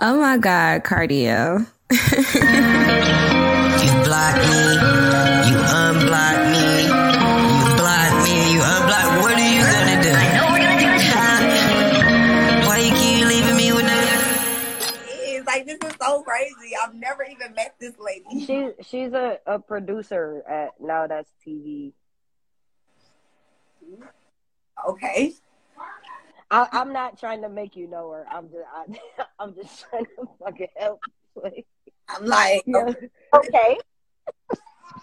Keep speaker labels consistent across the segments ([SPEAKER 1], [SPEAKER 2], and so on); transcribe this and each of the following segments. [SPEAKER 1] oh my God, cardio.
[SPEAKER 2] You block me, you unblock me, you block me, you unblock. What are you gonna do? I know we're gonna do Why you keep leaving me with that?
[SPEAKER 3] It's like this is so crazy. I've never even met this lady.
[SPEAKER 4] She's she's a, a producer at Now That's TV.
[SPEAKER 3] Okay.
[SPEAKER 4] I, I'm not trying to make you know her. I'm just I, I'm just trying to fucking help. Like,
[SPEAKER 3] I'm like,
[SPEAKER 4] you know,
[SPEAKER 3] okay.
[SPEAKER 4] okay,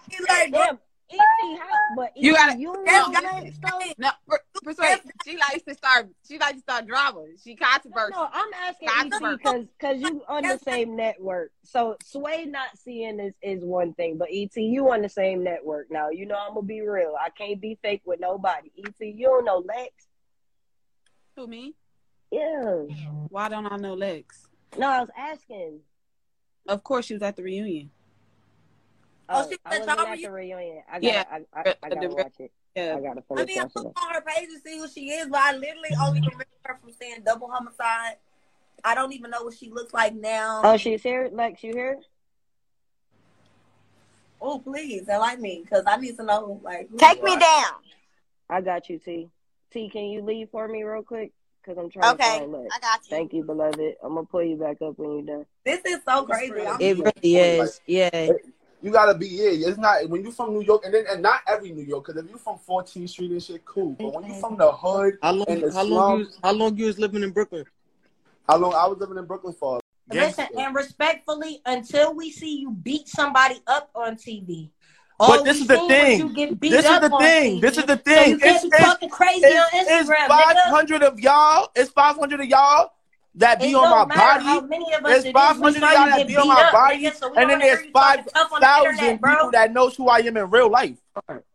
[SPEAKER 3] She's like,
[SPEAKER 4] damn, easy, how, but
[SPEAKER 5] You
[SPEAKER 4] Easy,
[SPEAKER 5] gotta-
[SPEAKER 4] you
[SPEAKER 3] That's
[SPEAKER 4] know,
[SPEAKER 3] good.
[SPEAKER 4] you so-
[SPEAKER 5] No, per- persuade. She likes to start. She likes to start drama. She
[SPEAKER 4] No,
[SPEAKER 5] controversial.
[SPEAKER 4] no, I'm asking
[SPEAKER 5] Not
[SPEAKER 4] EC
[SPEAKER 5] first.
[SPEAKER 4] because because you on the
[SPEAKER 3] That's-
[SPEAKER 4] same network. So Sway not seeing is is one thing, but ET you on the same network now. You know I'm gonna be real. I can't be fake with nobody. ET you don't know Lex.
[SPEAKER 5] Who me?
[SPEAKER 4] Yeah.
[SPEAKER 5] Why don't I know Lex?
[SPEAKER 4] No, I was asking.
[SPEAKER 5] Of course, she was at the reunion.
[SPEAKER 3] Oh,
[SPEAKER 4] Oh,
[SPEAKER 3] she
[SPEAKER 4] I
[SPEAKER 3] said
[SPEAKER 4] wasn't
[SPEAKER 3] y'all
[SPEAKER 4] at
[SPEAKER 3] were-
[SPEAKER 4] the reunion. I gotta,
[SPEAKER 5] Yeah.
[SPEAKER 4] I, I, I gotta
[SPEAKER 5] The-
[SPEAKER 4] watch it. I
[SPEAKER 5] Yeah,
[SPEAKER 4] gotta
[SPEAKER 3] I
[SPEAKER 4] finish
[SPEAKER 3] mean, I
[SPEAKER 4] watching
[SPEAKER 3] look
[SPEAKER 4] it.
[SPEAKER 3] on her page to see who she is, but I literally only remember her from seeing Double Homicide. I don't even know what she looks like now.
[SPEAKER 4] Oh, she's here, Lex. You here?
[SPEAKER 3] Oh, please, enlighten me, because I need to know, like, who
[SPEAKER 6] Take
[SPEAKER 3] you
[SPEAKER 6] me
[SPEAKER 3] are.
[SPEAKER 6] down.
[SPEAKER 4] I got you, T. T, can you leave for me real quick? Cause I'm trying
[SPEAKER 6] Okay.
[SPEAKER 4] to find Lex.
[SPEAKER 6] I got you.
[SPEAKER 4] Thank you, beloved. I'm gonna pull you back up when you're done.
[SPEAKER 3] This is so crazy. I'm
[SPEAKER 7] It really is. Yeah.
[SPEAKER 8] You gotta be yeah. It's not when you from New York, and then and not every New York, because if you from 14th Street and shit, cool. But when you from the hood,
[SPEAKER 7] How long?
[SPEAKER 8] In the
[SPEAKER 7] How long? You,
[SPEAKER 8] slums.
[SPEAKER 7] how long you was living in Brooklyn?
[SPEAKER 8] how long I was living in Brooklyn for?
[SPEAKER 9] Listen,
[SPEAKER 8] Gangsta.
[SPEAKER 9] and respectfully, until we see you beat somebody up on TV.
[SPEAKER 10] But
[SPEAKER 9] All
[SPEAKER 10] this
[SPEAKER 9] we
[SPEAKER 10] is the
[SPEAKER 9] seen was
[SPEAKER 10] thing.
[SPEAKER 9] You get beat
[SPEAKER 10] This is
[SPEAKER 9] up
[SPEAKER 10] the
[SPEAKER 9] on
[SPEAKER 10] thing. This
[SPEAKER 9] TV.
[SPEAKER 10] is the
[SPEAKER 9] So you
[SPEAKER 10] thing.
[SPEAKER 9] can't
[SPEAKER 10] It's,
[SPEAKER 9] be
[SPEAKER 10] it's,
[SPEAKER 9] talking crazy on
[SPEAKER 10] it's,
[SPEAKER 9] Instagram.
[SPEAKER 10] five
[SPEAKER 9] nigga.
[SPEAKER 10] hundred of y'all. It's five hundred of y'all that be
[SPEAKER 9] It
[SPEAKER 10] on
[SPEAKER 9] don't
[SPEAKER 10] my
[SPEAKER 9] matter how
[SPEAKER 10] body,
[SPEAKER 9] many of us
[SPEAKER 10] There's
[SPEAKER 9] it is, we saw
[SPEAKER 10] 500 y'all
[SPEAKER 9] you
[SPEAKER 10] that
[SPEAKER 9] get
[SPEAKER 10] be on
[SPEAKER 9] beat
[SPEAKER 10] my
[SPEAKER 9] up,
[SPEAKER 10] body,
[SPEAKER 9] nigga, so we don't
[SPEAKER 10] and then
[SPEAKER 9] wanna hear
[SPEAKER 10] there's
[SPEAKER 9] you
[SPEAKER 10] five
[SPEAKER 9] talking tough on the
[SPEAKER 10] thousand
[SPEAKER 9] internet, bro.
[SPEAKER 10] people that knows who I am in real life.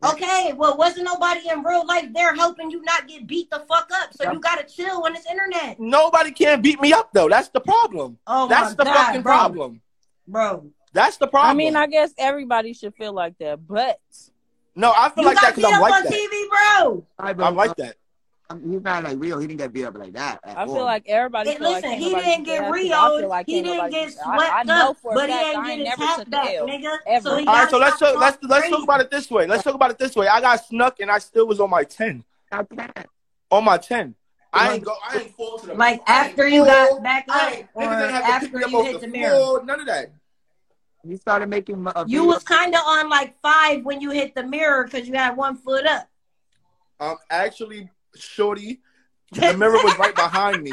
[SPEAKER 9] Okay, well, wasn't nobody in real life there helping you not get beat the fuck up? So you gotta chill on this internet.
[SPEAKER 10] Nobody can beat me up though. That's the problem.
[SPEAKER 9] Oh
[SPEAKER 10] That's
[SPEAKER 9] my
[SPEAKER 10] the
[SPEAKER 9] God,
[SPEAKER 10] fucking
[SPEAKER 9] bro.
[SPEAKER 10] problem.
[SPEAKER 9] bro.
[SPEAKER 10] That's the
[SPEAKER 7] I
[SPEAKER 10] problem.
[SPEAKER 7] mean, I guess everybody should feel like that, but
[SPEAKER 10] no, I feel
[SPEAKER 9] You
[SPEAKER 10] like
[SPEAKER 9] got
[SPEAKER 10] that
[SPEAKER 9] beat
[SPEAKER 10] because
[SPEAKER 9] up
[SPEAKER 10] I'm
[SPEAKER 9] on
[SPEAKER 10] like that.
[SPEAKER 9] TV, bro.
[SPEAKER 10] I'm like that.
[SPEAKER 11] He's not like real. He didn't get beat up like that. at
[SPEAKER 7] I feel
[SPEAKER 11] all.
[SPEAKER 7] like everybody.
[SPEAKER 9] And
[SPEAKER 7] feel like
[SPEAKER 9] listen,
[SPEAKER 7] ain't
[SPEAKER 9] he
[SPEAKER 7] nobody
[SPEAKER 9] didn't
[SPEAKER 7] should
[SPEAKER 9] get
[SPEAKER 7] have to. I feel
[SPEAKER 9] Rio.
[SPEAKER 7] like
[SPEAKER 9] he
[SPEAKER 7] ain't
[SPEAKER 9] didn't
[SPEAKER 7] nobody
[SPEAKER 9] get
[SPEAKER 7] should- I, I
[SPEAKER 9] swept
[SPEAKER 7] know
[SPEAKER 9] up,
[SPEAKER 7] for a
[SPEAKER 9] but he
[SPEAKER 7] fact
[SPEAKER 9] ain't
[SPEAKER 7] I ain't
[SPEAKER 9] get
[SPEAKER 7] never
[SPEAKER 9] attacked
[SPEAKER 7] took
[SPEAKER 9] back,
[SPEAKER 7] the L.
[SPEAKER 9] nigga.
[SPEAKER 7] ever.
[SPEAKER 9] So he
[SPEAKER 10] All right,
[SPEAKER 9] gotta
[SPEAKER 10] so let's
[SPEAKER 9] stop
[SPEAKER 10] talk, let's
[SPEAKER 9] talking
[SPEAKER 10] let's talk
[SPEAKER 9] crazy.
[SPEAKER 10] about it this way. Let's talk about it this way. I got snuck and I still was on my ten,
[SPEAKER 11] Stop that.
[SPEAKER 10] on my ten.
[SPEAKER 8] I
[SPEAKER 10] I
[SPEAKER 8] ain't
[SPEAKER 10] ain't
[SPEAKER 8] go. I ain't fall to the.
[SPEAKER 9] Like after you got back up, or after you hit the mirror.
[SPEAKER 8] None of that.
[SPEAKER 11] He started making. Uh,
[SPEAKER 9] You was kind of on like five when you hit the mirror because you had one foot up.
[SPEAKER 8] Um, actually, Shorty, the mirror was right behind me.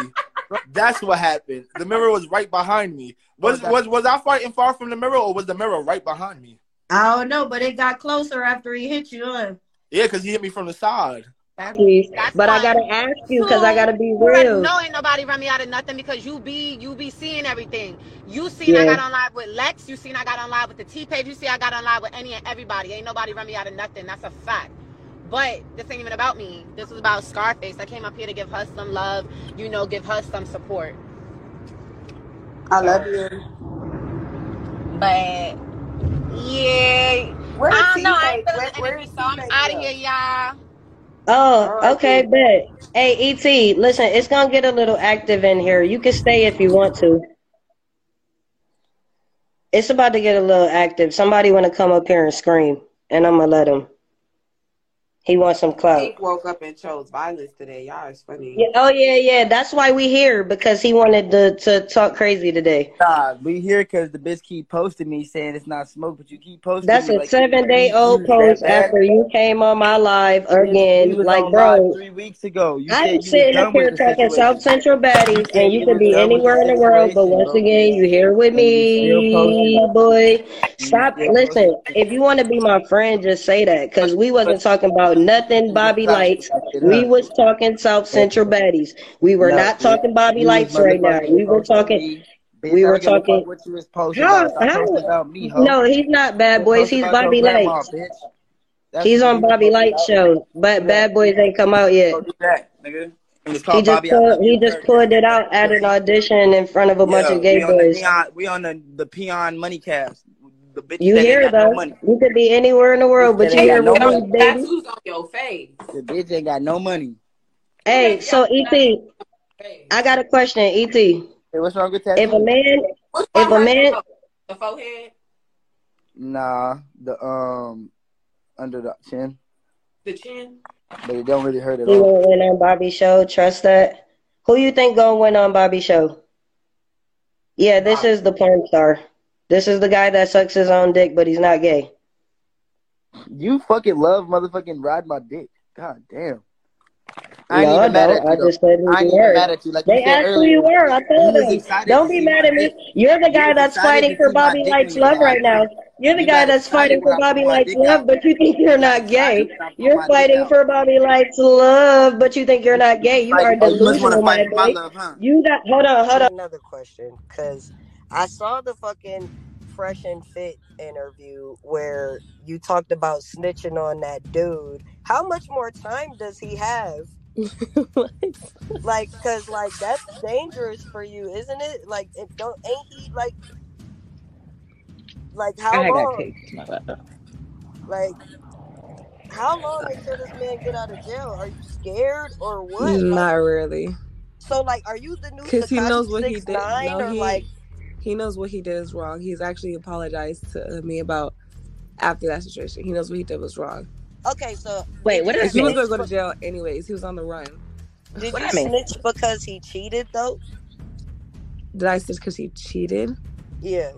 [SPEAKER 8] That's what happened. The mirror was right behind me. Was was was I fighting far from the mirror, or was the mirror right behind me?
[SPEAKER 9] I don't know, but it got closer after he hit you. Huh?
[SPEAKER 10] yeah, because he hit me from the side.
[SPEAKER 5] That's
[SPEAKER 4] But I
[SPEAKER 5] why-
[SPEAKER 4] gotta ask you because I gotta be
[SPEAKER 5] You already
[SPEAKER 4] real.
[SPEAKER 5] know ain't nobody run me out of nothing because you be you be seeing everything. You seen I
[SPEAKER 4] Yeah.
[SPEAKER 5] got on live with Lex. You seen I got on live with the T page. You see I got on live with any and everybody. Ain't nobody run me out of nothing. That's a fact. But this ain't even about me. This was about Scarface. I came up here to give her some love. You know, give her some support.
[SPEAKER 3] I love you.
[SPEAKER 5] But yeah,
[SPEAKER 3] Where
[SPEAKER 5] I
[SPEAKER 3] is
[SPEAKER 5] don't know. I ain't feeling
[SPEAKER 3] T-Page? Where,
[SPEAKER 5] the
[SPEAKER 3] where
[SPEAKER 5] energy,
[SPEAKER 3] is
[SPEAKER 5] so I'm
[SPEAKER 3] T-Page?
[SPEAKER 5] out of
[SPEAKER 3] at?
[SPEAKER 5] here, y'all.
[SPEAKER 4] Oh,
[SPEAKER 3] Alright,
[SPEAKER 4] okay,
[SPEAKER 3] cool.
[SPEAKER 4] bet. Hey, ET, listen, it's gonna get a little active in here. You can stay if you want to. It's about to get a little active. Somebody wanna come up here and scream, and I'm gonna let him. He wants some clout.
[SPEAKER 12] Pink woke up and chose violence today. Y'all is funny.
[SPEAKER 4] Yeah, oh yeah, yeah. That's why we here because he wanted to to talk crazy today.
[SPEAKER 7] Nah, we here because the bitch keep posting me saying it's not smoke, but you keep posting.
[SPEAKER 4] That's
[SPEAKER 7] me
[SPEAKER 4] a
[SPEAKER 7] like
[SPEAKER 4] seven day
[SPEAKER 7] you-
[SPEAKER 4] old
[SPEAKER 7] you-
[SPEAKER 4] post
[SPEAKER 7] that bad
[SPEAKER 4] after you came on my live
[SPEAKER 7] bitch. We
[SPEAKER 4] again.
[SPEAKER 7] was
[SPEAKER 4] Like,
[SPEAKER 7] on
[SPEAKER 4] bro,
[SPEAKER 7] live three weeks ago. You said you
[SPEAKER 4] I'm
[SPEAKER 7] was
[SPEAKER 4] sitting
[SPEAKER 7] done
[SPEAKER 4] up here
[SPEAKER 7] with the
[SPEAKER 4] talking
[SPEAKER 7] situation.
[SPEAKER 4] South Central baddies,
[SPEAKER 7] said
[SPEAKER 4] and
[SPEAKER 7] you
[SPEAKER 4] you could
[SPEAKER 7] was
[SPEAKER 4] be
[SPEAKER 7] done with
[SPEAKER 4] anywhere in
[SPEAKER 7] the
[SPEAKER 4] the world. But
[SPEAKER 7] situation,
[SPEAKER 4] once
[SPEAKER 7] bro.
[SPEAKER 4] again, you here with
[SPEAKER 7] And you still posting
[SPEAKER 4] me,
[SPEAKER 7] about
[SPEAKER 4] boy.
[SPEAKER 7] You
[SPEAKER 4] Stop.
[SPEAKER 7] still
[SPEAKER 4] Listen,
[SPEAKER 7] posting-
[SPEAKER 4] if you want to be my friend, just say that, cause we wasn't talking about nothing. Bobby
[SPEAKER 7] Stop
[SPEAKER 4] Lights.
[SPEAKER 7] fucking
[SPEAKER 4] We
[SPEAKER 7] up.
[SPEAKER 4] was talking South Central baddies. We were
[SPEAKER 7] No,
[SPEAKER 4] not
[SPEAKER 7] bitch.
[SPEAKER 4] talking Bobby
[SPEAKER 7] You was
[SPEAKER 4] Lights right now.
[SPEAKER 7] motherfucking
[SPEAKER 4] We were
[SPEAKER 7] posting
[SPEAKER 4] talking.
[SPEAKER 7] me. Bitch,
[SPEAKER 4] we
[SPEAKER 7] I
[SPEAKER 4] were
[SPEAKER 7] don't give a fuck
[SPEAKER 4] talking-
[SPEAKER 7] What you was posting
[SPEAKER 4] How-
[SPEAKER 7] about? Stop
[SPEAKER 4] how-
[SPEAKER 7] posting about me, hoe.
[SPEAKER 4] No, he's not Bad
[SPEAKER 7] Don't
[SPEAKER 4] Boys.
[SPEAKER 7] post
[SPEAKER 4] He's
[SPEAKER 7] about your
[SPEAKER 4] Bobby
[SPEAKER 7] grandma,
[SPEAKER 4] Lights.
[SPEAKER 7] bitch. That's
[SPEAKER 4] He's
[SPEAKER 7] what
[SPEAKER 4] on
[SPEAKER 7] you
[SPEAKER 4] Bobby
[SPEAKER 7] posting
[SPEAKER 4] Lights
[SPEAKER 7] about.
[SPEAKER 4] show, but
[SPEAKER 7] Yeah.
[SPEAKER 4] Bad Boys ain't come out yet.
[SPEAKER 7] Don't do that, nigga. And it's
[SPEAKER 4] He
[SPEAKER 7] called
[SPEAKER 4] just
[SPEAKER 7] Bobby.
[SPEAKER 4] pulled, he just pulled it out at an audition in front of a bunch
[SPEAKER 7] Yeah,
[SPEAKER 4] of gay
[SPEAKER 7] we on the
[SPEAKER 4] boys.
[SPEAKER 7] peon, we on the, the peon money cast. The bitches
[SPEAKER 4] You
[SPEAKER 7] that ain't
[SPEAKER 4] hear
[SPEAKER 7] got no
[SPEAKER 4] though?
[SPEAKER 7] money.
[SPEAKER 4] You could be anywhere in the world, but
[SPEAKER 7] That
[SPEAKER 4] you
[SPEAKER 7] ain't
[SPEAKER 4] here
[SPEAKER 7] got no
[SPEAKER 4] with me,
[SPEAKER 7] money.
[SPEAKER 12] Don't
[SPEAKER 4] baby.
[SPEAKER 12] tattoos on your face.
[SPEAKER 4] E
[SPEAKER 7] The bitch ain't got no money.
[SPEAKER 4] Hey, so ET,
[SPEAKER 13] I got a question,
[SPEAKER 4] E
[SPEAKER 13] Et.
[SPEAKER 3] what's wrong with that?
[SPEAKER 13] If a man,
[SPEAKER 14] What's
[SPEAKER 13] if a
[SPEAKER 14] wrong with
[SPEAKER 13] man,
[SPEAKER 14] The forehead,
[SPEAKER 3] Nah, the um under the chin,
[SPEAKER 14] the chin.
[SPEAKER 3] but it don't really hurt at
[SPEAKER 13] who
[SPEAKER 3] all.
[SPEAKER 13] gonna win on Bobby show? Trust that. Who you think gonna win on Bobby show? Yeah, this is the porn star. This is the guy that sucks his own dick, but he's not gay.
[SPEAKER 3] You fucking love motherfucking ride my dick. God damn. I ain't
[SPEAKER 13] No, I
[SPEAKER 3] even mad
[SPEAKER 13] don't.
[SPEAKER 3] at you.
[SPEAKER 13] I
[SPEAKER 3] though.
[SPEAKER 13] just said
[SPEAKER 3] I ain't
[SPEAKER 13] you were.
[SPEAKER 3] even mad at you. Like
[SPEAKER 13] They
[SPEAKER 3] you said
[SPEAKER 13] asked who
[SPEAKER 3] earlier,
[SPEAKER 13] you were. I told
[SPEAKER 3] was
[SPEAKER 13] them.
[SPEAKER 3] excited
[SPEAKER 13] Don't
[SPEAKER 3] to
[SPEAKER 13] be
[SPEAKER 3] see
[SPEAKER 13] mad
[SPEAKER 3] my
[SPEAKER 13] at me.
[SPEAKER 3] dick.
[SPEAKER 13] You're the
[SPEAKER 3] You
[SPEAKER 13] guy
[SPEAKER 3] was
[SPEAKER 13] that's
[SPEAKER 3] excited
[SPEAKER 13] fighting
[SPEAKER 3] to
[SPEAKER 13] for
[SPEAKER 3] see my
[SPEAKER 13] Bobby
[SPEAKER 3] dick
[SPEAKER 13] Lights
[SPEAKER 3] when you
[SPEAKER 13] Love
[SPEAKER 3] got
[SPEAKER 13] right
[SPEAKER 3] it.
[SPEAKER 13] now. You're the
[SPEAKER 3] You
[SPEAKER 13] guy
[SPEAKER 3] got
[SPEAKER 13] that's
[SPEAKER 3] excited
[SPEAKER 13] fighting
[SPEAKER 3] when
[SPEAKER 13] for
[SPEAKER 3] I pulled
[SPEAKER 13] Bobby
[SPEAKER 3] my
[SPEAKER 13] Lights
[SPEAKER 3] dick
[SPEAKER 13] Love,
[SPEAKER 3] out.
[SPEAKER 13] but you think you're not
[SPEAKER 3] excited
[SPEAKER 13] gay.
[SPEAKER 3] when I pulled my
[SPEAKER 13] You're
[SPEAKER 3] dick
[SPEAKER 13] fighting
[SPEAKER 3] out.
[SPEAKER 13] for Bobby Lights Love, but you think you're not gay. You are
[SPEAKER 3] Oh, you must want
[SPEAKER 13] delusional,
[SPEAKER 3] to
[SPEAKER 13] my
[SPEAKER 3] fight for my
[SPEAKER 13] boy.
[SPEAKER 3] love, huh?
[SPEAKER 13] You got hold on, hold on.
[SPEAKER 4] Another question, because I saw the fucking Fresh and Fit interview where you talked about snitching on that dude. How much more time does he have? Like, cause like that's dangerous for you, isn't it? Like, it don't ain't he like like how
[SPEAKER 15] I got
[SPEAKER 4] long?
[SPEAKER 15] cakes. My bad.
[SPEAKER 4] Like, how long until this man get out of jail? Are you scared or what? Like,
[SPEAKER 15] Not really.
[SPEAKER 4] so like, are you the new
[SPEAKER 15] Cause he
[SPEAKER 4] Takashi
[SPEAKER 15] knows what he
[SPEAKER 4] six
[SPEAKER 15] did. No,
[SPEAKER 4] nine or like?
[SPEAKER 15] he he knows what he did is wrong. He's actually apologized to me about after that situation. He knows what he did was wrong.
[SPEAKER 4] Okay, so
[SPEAKER 15] Wait,
[SPEAKER 4] did
[SPEAKER 15] what
[SPEAKER 4] you
[SPEAKER 15] did I Cause he was miss?
[SPEAKER 4] snitch?
[SPEAKER 15] gonna go
[SPEAKER 4] But
[SPEAKER 15] to jail anyways. He was on the run.
[SPEAKER 4] Did
[SPEAKER 15] What
[SPEAKER 4] you
[SPEAKER 15] did I miss?
[SPEAKER 4] snitch because he cheated though?
[SPEAKER 15] Did I snitch because he cheated?
[SPEAKER 4] Yeah.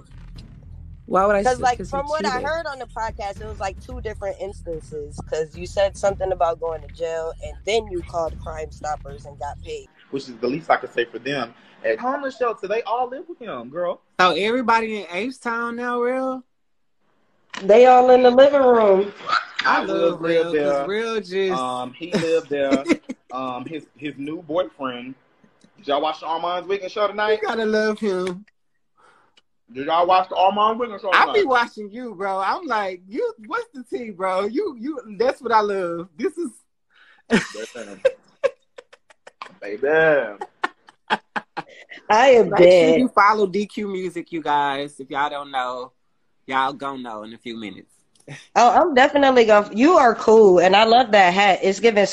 [SPEAKER 15] Why would I
[SPEAKER 4] Cause
[SPEAKER 15] snitch
[SPEAKER 4] like
[SPEAKER 15] because he
[SPEAKER 4] from what I
[SPEAKER 15] cheated?
[SPEAKER 4] heard on the podcast, it was like two different instances. Cause you said something about going to jail, and then you called Crime Stoppers and got paid.
[SPEAKER 10] which is the least I can say for them. At homeless shelter, they all live with him, girl.
[SPEAKER 16] So everybody in H Town now, real.
[SPEAKER 13] They all in the living room.
[SPEAKER 16] I
[SPEAKER 10] I was lived
[SPEAKER 16] love real because
[SPEAKER 10] there.
[SPEAKER 16] real just
[SPEAKER 10] Um, he lived there. um, his his new boyfriend. Did y'all watch the Armand's Weekend show
[SPEAKER 16] you
[SPEAKER 10] tonight?
[SPEAKER 16] gotta love him.
[SPEAKER 10] Did y'all watch the Armand's Weekend show
[SPEAKER 16] I be
[SPEAKER 10] tonight?
[SPEAKER 16] watching you, bro. I'm like, you. What's the tea, bro? You, you. That's what I love. This is
[SPEAKER 10] Damn. Baby.
[SPEAKER 13] I am
[SPEAKER 16] make sure
[SPEAKER 13] dead.
[SPEAKER 16] you follow DQ Music, you guys. If y'all don't know, y'all gonna know in a few minutes.
[SPEAKER 13] Oh, I'm definitely gonna. You are cool, and I love that hat. It's giving
[SPEAKER 16] Thank you.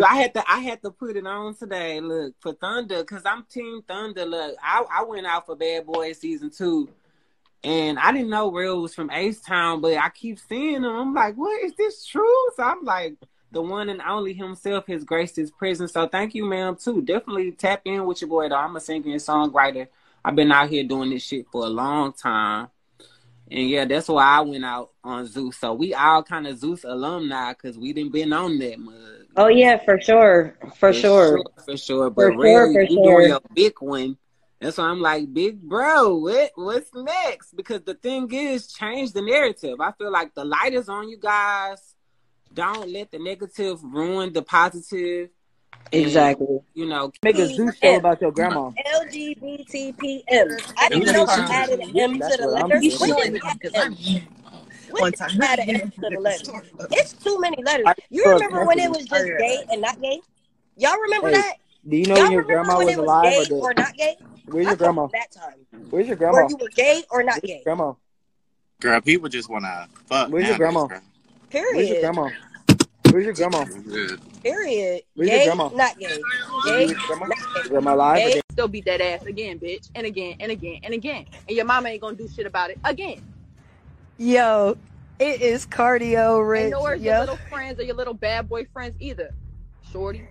[SPEAKER 13] Scarface.
[SPEAKER 16] I had to I had to put it on today. Look for Thunder because I'm Team Thunder. Look, I, I went out for Bad Boys season two, and I didn't know Real was from Ace Town, but I keep seeing him. I'm like, what is this true? So I'm like, the one and only himself has graced his prison. So thank you, ma'am. Too definitely tap in with your boy. Though I'm a singer and songwriter. I've been out here doing this shit for a long time. And yeah, that's why I went out on Zeus. So we all kind of Zeus alumni because we didn't been on that mug. You know
[SPEAKER 13] Oh
[SPEAKER 16] what I'm
[SPEAKER 13] yeah, for sure, for
[SPEAKER 16] for sure,
[SPEAKER 13] sure,
[SPEAKER 16] for sure. But
[SPEAKER 13] for sure,
[SPEAKER 16] real,
[SPEAKER 13] for
[SPEAKER 16] you doing
[SPEAKER 13] sure.
[SPEAKER 16] your big one. That's why I'm like, big bro, what what's next? Because the thing is, change the narrative. I feel like the light is on you guys. Don't let the negative ruin the positive, and
[SPEAKER 13] Exactly.
[SPEAKER 16] you know,
[SPEAKER 3] Make a zoo show
[SPEAKER 17] P-M.
[SPEAKER 3] about your grandma.
[SPEAKER 17] LGBTPM. I
[SPEAKER 15] Let
[SPEAKER 17] didn't
[SPEAKER 15] me make
[SPEAKER 17] know we
[SPEAKER 15] sure to
[SPEAKER 17] added an
[SPEAKER 15] delete
[SPEAKER 17] M to
[SPEAKER 3] That's
[SPEAKER 17] the
[SPEAKER 3] what I'm
[SPEAKER 17] letters.
[SPEAKER 15] these
[SPEAKER 17] When
[SPEAKER 3] doing.
[SPEAKER 15] shit
[SPEAKER 17] did we
[SPEAKER 15] because
[SPEAKER 17] add
[SPEAKER 15] I'm
[SPEAKER 17] M? When
[SPEAKER 15] one
[SPEAKER 17] did
[SPEAKER 15] time.
[SPEAKER 17] we add an M to the letters?
[SPEAKER 15] Hey,
[SPEAKER 17] It's too many letters.
[SPEAKER 3] I
[SPEAKER 17] You
[SPEAKER 3] saw a
[SPEAKER 17] remember when it
[SPEAKER 3] message.
[SPEAKER 17] was just gay and not gay? Y'all remember
[SPEAKER 3] Hey,
[SPEAKER 17] that?
[SPEAKER 3] do you know when
[SPEAKER 17] Y'all
[SPEAKER 3] your
[SPEAKER 17] remember
[SPEAKER 3] grandma
[SPEAKER 17] when
[SPEAKER 3] was
[SPEAKER 17] it was
[SPEAKER 3] alive or
[SPEAKER 17] gay
[SPEAKER 3] dead?
[SPEAKER 17] or not gay?
[SPEAKER 3] Where's
[SPEAKER 17] I
[SPEAKER 3] your
[SPEAKER 17] come
[SPEAKER 3] grandma?
[SPEAKER 17] from that time
[SPEAKER 3] Where's your
[SPEAKER 17] where
[SPEAKER 3] grandma?
[SPEAKER 17] you were gay or not
[SPEAKER 3] Where's your
[SPEAKER 17] gay.
[SPEAKER 3] grandma?
[SPEAKER 10] Girl, people just wanna fuck
[SPEAKER 3] Where's
[SPEAKER 10] nowadays,
[SPEAKER 3] your grandma?
[SPEAKER 10] girl.
[SPEAKER 3] Where's your
[SPEAKER 4] Period.
[SPEAKER 3] grandma? Where's your grandma?
[SPEAKER 10] Good.
[SPEAKER 4] Period.
[SPEAKER 3] Where's your
[SPEAKER 17] Gay,
[SPEAKER 3] grandma?
[SPEAKER 17] not gay.
[SPEAKER 3] Where's
[SPEAKER 17] Gay,
[SPEAKER 3] your grandma?
[SPEAKER 17] not gay.
[SPEAKER 3] Your grandma alive or
[SPEAKER 17] Gay,
[SPEAKER 3] dead?
[SPEAKER 15] Still beat that ass again, bitch, and again, and again, and again. And your mama ain't gonna do shit about it again.
[SPEAKER 4] Yo, it is cardio,
[SPEAKER 15] And
[SPEAKER 4] Rich.
[SPEAKER 15] nor is your
[SPEAKER 4] Yo.
[SPEAKER 15] little friends or your little bad boy friends either, shorty.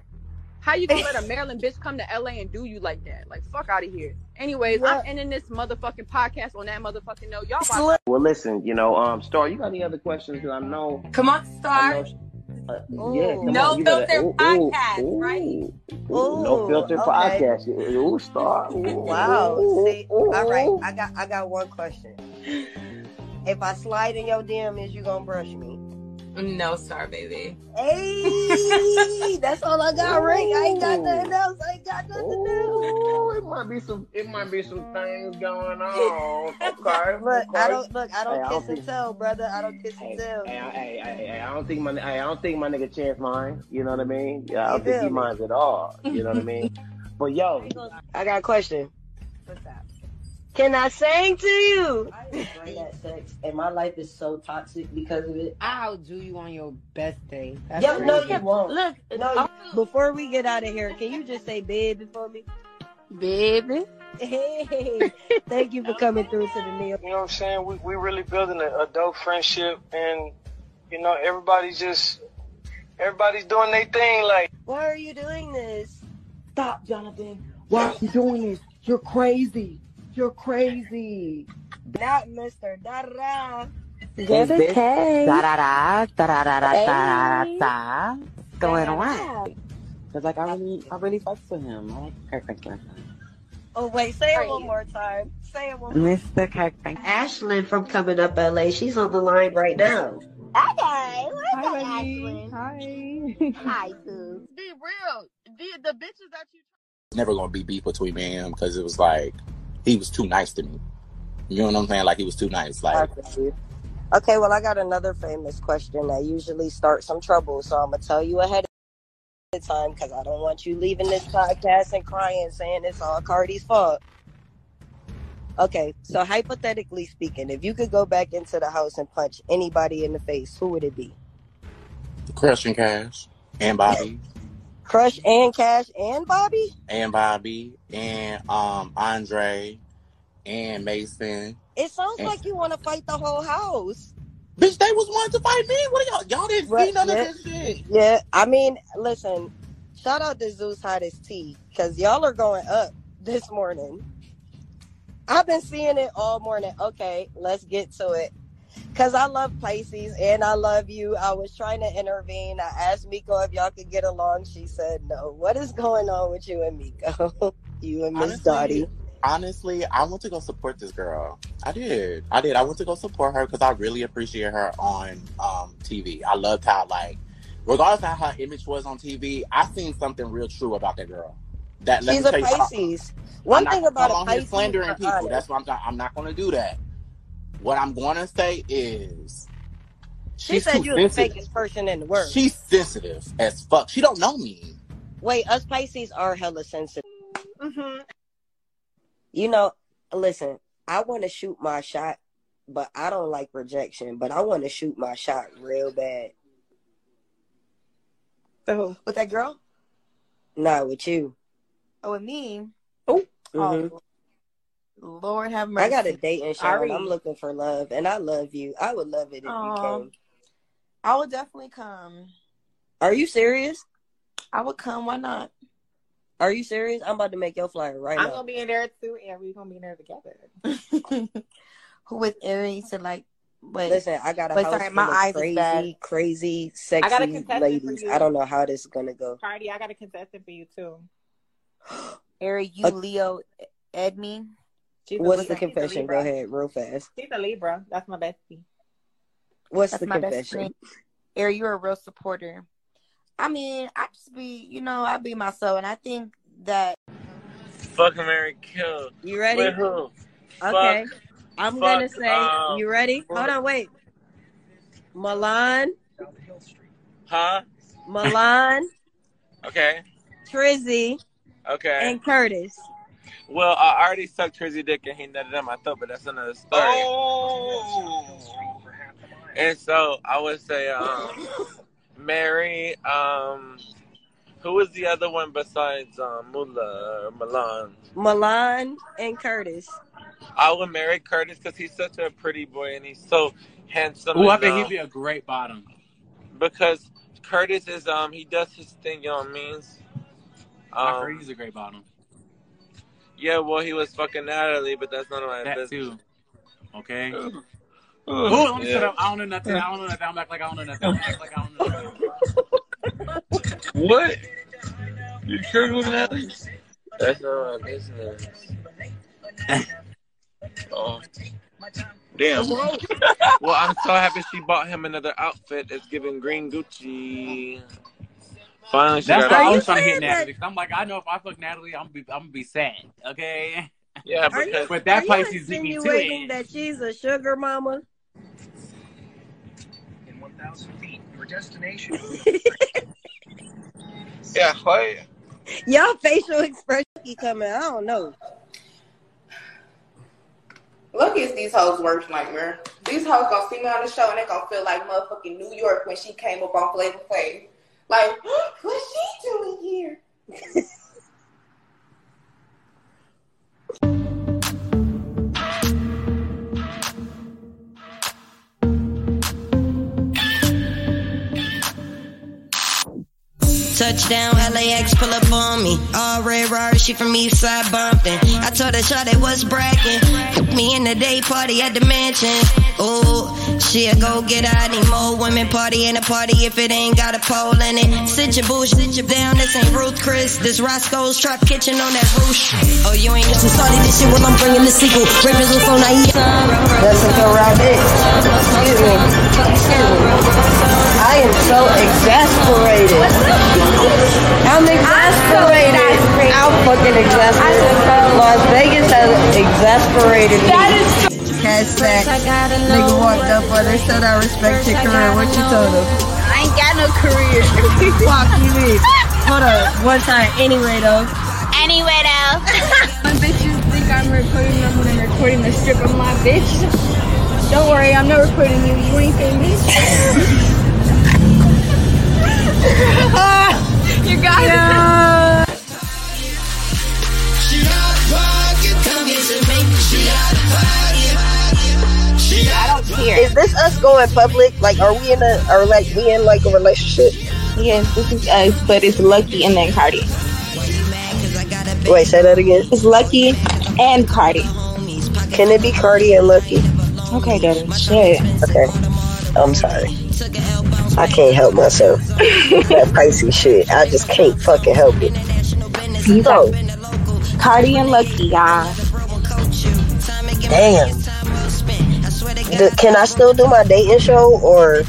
[SPEAKER 15] How you gonna let a Maryland bitch come to LA and do you like that? Like fuck out of here. Anyways, I'm
[SPEAKER 4] yeah.
[SPEAKER 15] ending this motherfucking podcast on that motherfucking note. Y'all watch
[SPEAKER 4] Sli-
[SPEAKER 18] Well, listen, you know, um, Star, you got any other questions? 'Cause I know,
[SPEAKER 14] Come on,
[SPEAKER 18] I
[SPEAKER 14] Star.
[SPEAKER 18] know. She, uh, yeah, come
[SPEAKER 4] Ooh.
[SPEAKER 18] on,
[SPEAKER 14] No
[SPEAKER 18] you better.
[SPEAKER 14] filter
[SPEAKER 18] Ooh, ooh,
[SPEAKER 14] podcast, right?
[SPEAKER 18] ooh, ooh, no
[SPEAKER 4] Ooh.
[SPEAKER 18] filter
[SPEAKER 4] Okay.
[SPEAKER 18] podcast. Ooh, Star.
[SPEAKER 4] Wow.
[SPEAKER 18] Ooh,
[SPEAKER 4] See,
[SPEAKER 18] ooh, ooh,
[SPEAKER 4] all right.
[SPEAKER 18] ooh.
[SPEAKER 4] I got I got one question. If I slide in your DM, is you gonna brush me?
[SPEAKER 14] No, Star baby.
[SPEAKER 4] Hey, that's all I got, Rick. I ain't got nothing
[SPEAKER 18] Ooh,
[SPEAKER 4] else. I ain't got nothing else.
[SPEAKER 18] ooh. It might be some. It might be some things going on. Okay,
[SPEAKER 4] Look, I
[SPEAKER 18] okay.
[SPEAKER 4] don't look. I
[SPEAKER 18] Hey, I
[SPEAKER 4] don't kiss
[SPEAKER 18] don't
[SPEAKER 4] and
[SPEAKER 18] think.
[SPEAKER 4] tell, brother. I don't kiss and
[SPEAKER 18] Hey,
[SPEAKER 4] tell.
[SPEAKER 18] hey, I- hey, hey, hey, I don't think my hey, I don't think my nigga Chance mine. You know what I mean? Yeah, I
[SPEAKER 4] You
[SPEAKER 18] don't think he
[SPEAKER 4] feel me?
[SPEAKER 18] minds at all. You know what I mean? But
[SPEAKER 4] I
[SPEAKER 18] yo,
[SPEAKER 4] ain't gonna- I got a question.
[SPEAKER 14] What's up?
[SPEAKER 10] Can I sing to you?
[SPEAKER 19] Great at sex, and my life is so toxic because of it.
[SPEAKER 20] I'll do you on your best day. That's
[SPEAKER 10] Yo, no,
[SPEAKER 20] crazy.
[SPEAKER 10] you won't. Look, no, you- before we get out of here, can you just say baby for me? Baby. Hey, thank you for coming through to the meal.
[SPEAKER 18] You know what I'm saying? We we really building a, a dope friendship, and you know everybody's just everybody's doing their thing. Like
[SPEAKER 10] Why are you doing this?
[SPEAKER 21] Stop, Jonathan. Why are you doing this? You're crazy. You're crazy.
[SPEAKER 10] Not Mr. Da da da.
[SPEAKER 21] Is this-
[SPEAKER 5] Da da da da da da da da
[SPEAKER 10] Hey.
[SPEAKER 5] da. What's going on? Cause like I really, I really fucks with him. I like Kirk Franklin.
[SPEAKER 10] Oh wait, say it one more time. Say it one more
[SPEAKER 5] Mr. Kirk Franklin.
[SPEAKER 19] Ashlyn from Coming Up LA, she's on the line right now.
[SPEAKER 3] Okay, where's
[SPEAKER 22] Hi,
[SPEAKER 3] that
[SPEAKER 22] buddy.
[SPEAKER 3] Ashlyn?
[SPEAKER 22] Hi.
[SPEAKER 3] Hi, Sue.
[SPEAKER 22] Be real. The, the bitches that you
[SPEAKER 23] never gonna be beef between me and him because it was like he was too nice to me. You know what I'm saying? Like he was too nice. Like
[SPEAKER 4] Okay, well, I got another famous question that usually starts some trouble, so I'm gonna tell you ahead of time because I don't want you leaving this podcast and crying, saying it's all Cardi's fault. Okay, so hypothetically speaking, if you could go back into the house and punch anybody in the face, who would it be?
[SPEAKER 23] Crush and Cash and Bobby
[SPEAKER 4] Crush and Cash and Bobby?
[SPEAKER 23] and Bobby and um Andre and Mason.
[SPEAKER 4] It sounds like you want to fight the whole house.
[SPEAKER 23] Mm. Bitch, they was wanting to fight me. What are y'all? Y'all didn't
[SPEAKER 4] Right,
[SPEAKER 23] see none
[SPEAKER 4] yeah.
[SPEAKER 23] of this shit.
[SPEAKER 4] Yeah, I mean, listen, shout out to Zeus Hottest Tea because y'all are going up this morning. I've been seeing it all morning. Okay, let's get to it. Because I love Pisces and I love you. I was trying to intervene. I asked Miko if y'all could get along. She said no. What is going on with you and Miko? you and Miss Dottie.
[SPEAKER 23] Honestly, I went to go support this girl. I did. I did. I went to go support her because I really appreciate her on um, TV. I loved how, like, regardless of how her image was on TV, I seen something real true about that girl. That let
[SPEAKER 4] She's
[SPEAKER 23] me
[SPEAKER 4] a
[SPEAKER 23] tell you,
[SPEAKER 4] Pisces. One
[SPEAKER 23] I'm
[SPEAKER 4] thing
[SPEAKER 23] not, I'm
[SPEAKER 4] about a
[SPEAKER 23] on here
[SPEAKER 4] Pisces,
[SPEAKER 23] slandering
[SPEAKER 4] we're
[SPEAKER 23] people.
[SPEAKER 4] honest.
[SPEAKER 23] That's what I'm not. I'm not going to do that. What I'm going to say is,
[SPEAKER 4] She
[SPEAKER 23] she's
[SPEAKER 4] said
[SPEAKER 23] too
[SPEAKER 4] you're the
[SPEAKER 23] sensitive.
[SPEAKER 4] fakest person in the world.
[SPEAKER 23] She's sensitive as fuck. She don't know me.
[SPEAKER 4] Wait, us Pisces are hella sensitive.
[SPEAKER 3] Mm-hmm.
[SPEAKER 4] You know, listen, I want to shoot my shot, but I don't like rejection, but I want to shoot my shot real bad.
[SPEAKER 10] So
[SPEAKER 4] with that girl? Not with you.
[SPEAKER 3] Oh, and me.
[SPEAKER 4] Mhm.
[SPEAKER 3] Lord have Oh, mercy.
[SPEAKER 4] Mm-hmm. I got a date in Sharon.
[SPEAKER 3] Ari.
[SPEAKER 4] I'm looking for love, and I love you. I would love it if you
[SPEAKER 3] Aw.
[SPEAKER 4] came.
[SPEAKER 3] I would definitely come.
[SPEAKER 4] Are you serious?
[SPEAKER 3] I would come. Why not?
[SPEAKER 4] Are you serious? I'm about to make your flyer right
[SPEAKER 3] I'm
[SPEAKER 4] now.
[SPEAKER 3] gonna be in there too, and we're gonna be in there together. Who with Aries to like? But
[SPEAKER 4] Listen, I got a
[SPEAKER 3] but
[SPEAKER 4] house
[SPEAKER 3] sorry, my
[SPEAKER 4] full of
[SPEAKER 3] eyes is bad.
[SPEAKER 4] crazy, crazy,
[SPEAKER 3] I got a
[SPEAKER 4] sexy
[SPEAKER 3] contestant for
[SPEAKER 4] ladies.
[SPEAKER 3] you.
[SPEAKER 4] I don't know how this is gonna go.
[SPEAKER 3] Cardi, I got a contestant for you too. Ari, you
[SPEAKER 4] Uh,
[SPEAKER 3] Leo, Ed me. She's a
[SPEAKER 4] What's
[SPEAKER 3] Libra.
[SPEAKER 4] the
[SPEAKER 3] She's a
[SPEAKER 4] confession? Go
[SPEAKER 3] Libra.
[SPEAKER 4] ahead, real fast.
[SPEAKER 3] She's a Libra. That's my bestie.
[SPEAKER 4] What's
[SPEAKER 3] That's
[SPEAKER 4] the
[SPEAKER 3] my best
[SPEAKER 4] confession?
[SPEAKER 3] friend. Ari, you're a real supporter. I mean, I just be, you know, I be myself, and I think that
[SPEAKER 8] Fuck Mary Kill.
[SPEAKER 10] You ready?
[SPEAKER 8] With who?
[SPEAKER 10] Okay.
[SPEAKER 8] Fuck,
[SPEAKER 10] I'm
[SPEAKER 8] fuck,
[SPEAKER 10] gonna say
[SPEAKER 8] um,
[SPEAKER 10] you ready? Hold on, wait. Milan,
[SPEAKER 8] Huh?
[SPEAKER 10] Milan,
[SPEAKER 8] Okay.
[SPEAKER 10] Trizzy,
[SPEAKER 8] Okay.
[SPEAKER 10] and Curtis.
[SPEAKER 8] Well, I already sucked Trizzy dick and he nutted on my throat, but that's another story.
[SPEAKER 3] Oh.
[SPEAKER 8] And so I would say, um, Mary, um, who was the other one besides um, Mula or Milan?
[SPEAKER 10] Milan and Curtis.
[SPEAKER 8] I would marry Curtis because he's such a pretty boy and he's so handsome.
[SPEAKER 17] Ooh, I
[SPEAKER 8] and,
[SPEAKER 17] think
[SPEAKER 8] um,
[SPEAKER 17] he'd be a great bottom.
[SPEAKER 8] because Curtis is um he does his thing, you know what I mean?
[SPEAKER 17] I heard
[SPEAKER 8] Um,
[SPEAKER 17] he's a great bottom.
[SPEAKER 8] yeah, well he was fucking Natalie, but that's none of my
[SPEAKER 17] That
[SPEAKER 8] business.
[SPEAKER 17] too. Okay. Ooh,
[SPEAKER 8] Ugh.
[SPEAKER 17] let me
[SPEAKER 8] Yeah.
[SPEAKER 17] shut up. I don't know nothing. I don't know nothing. I'm acting like I don't know nothing. I'm acting like I don't know nothing.
[SPEAKER 8] What? You sure who's Natalie? That's not my business. Oh. Damn. well, I'm so happy she bought him another outfit. It's giving green Gucci. Finally, she
[SPEAKER 17] That's
[SPEAKER 8] got
[SPEAKER 17] why
[SPEAKER 8] a-
[SPEAKER 17] I was trying to hit Natalie. 'cause I'm like, I know if I fuck Natalie, I'm gonna be, I'm gonna be sad. Okay.
[SPEAKER 8] Yeah,
[SPEAKER 10] Are you-
[SPEAKER 8] because
[SPEAKER 17] but
[SPEAKER 10] Are
[SPEAKER 17] that
[SPEAKER 10] you
[SPEAKER 17] Pisces beat me to it.
[SPEAKER 10] insinuating that she's a sugar mama?
[SPEAKER 8] In 1,000 feet, your destination. yeah, why?
[SPEAKER 10] Y'all facial expression
[SPEAKER 4] He coming. I don't know.
[SPEAKER 3] Look at these hoes' worst nightmare. These hoes gonna see me on the show and they gonna feel like motherfucking New York when she came up on Flavor Flav. Like, what's she doing here?
[SPEAKER 19] Touchdown, LAX, pull up on me. All red Rari, she from East Side bumping. I told her Shawty was bragging. Took me in the day party at the mansion. Ooh, she a go get I need more women party in a party if it ain't got a pole in it. Sit your boosh, sit your down. This ain't Ruth Chris. This Roscoe's trap kitchen on that roosh. Oh, you ain't just started this shit. Well, I'm bringing the sequel. Ravens was on IE.
[SPEAKER 4] That's a good right there. Excuse me. Excuse me. I am so exasperated. I'm exasperated. I'm fucking exasperated. Las Vegas has exasperated me. That is Hashtag. Nigga walked up on her, said I respect your career. What you told him?
[SPEAKER 19] I ain't got no career.
[SPEAKER 4] Fuck you mean. Hold up. One time. Anyway though.
[SPEAKER 19] Anyway, though.
[SPEAKER 24] my bitches think I'm recording them when I'm recording the strip of my bitch. Don't worry, I'm not recording you. You ain't famous. you got it.
[SPEAKER 19] I don't care.
[SPEAKER 4] Is this us going public? Like, are we in a, are like we in like a relationship?
[SPEAKER 25] Yes, this is us, but it's Lucky and then Cardi.
[SPEAKER 4] Wait, say that again.
[SPEAKER 25] It's Lucky and Cardi.
[SPEAKER 4] Can it be Cardi and Lucky?
[SPEAKER 25] Okay, Daddy. Shit.
[SPEAKER 4] Okay. I'm sorry. I can't help myself. that Pisces shit. I just can't fucking help it. Oh, So,
[SPEAKER 25] Cardi and Lucky, y'all.
[SPEAKER 4] damn. D- can I still do my dating show or?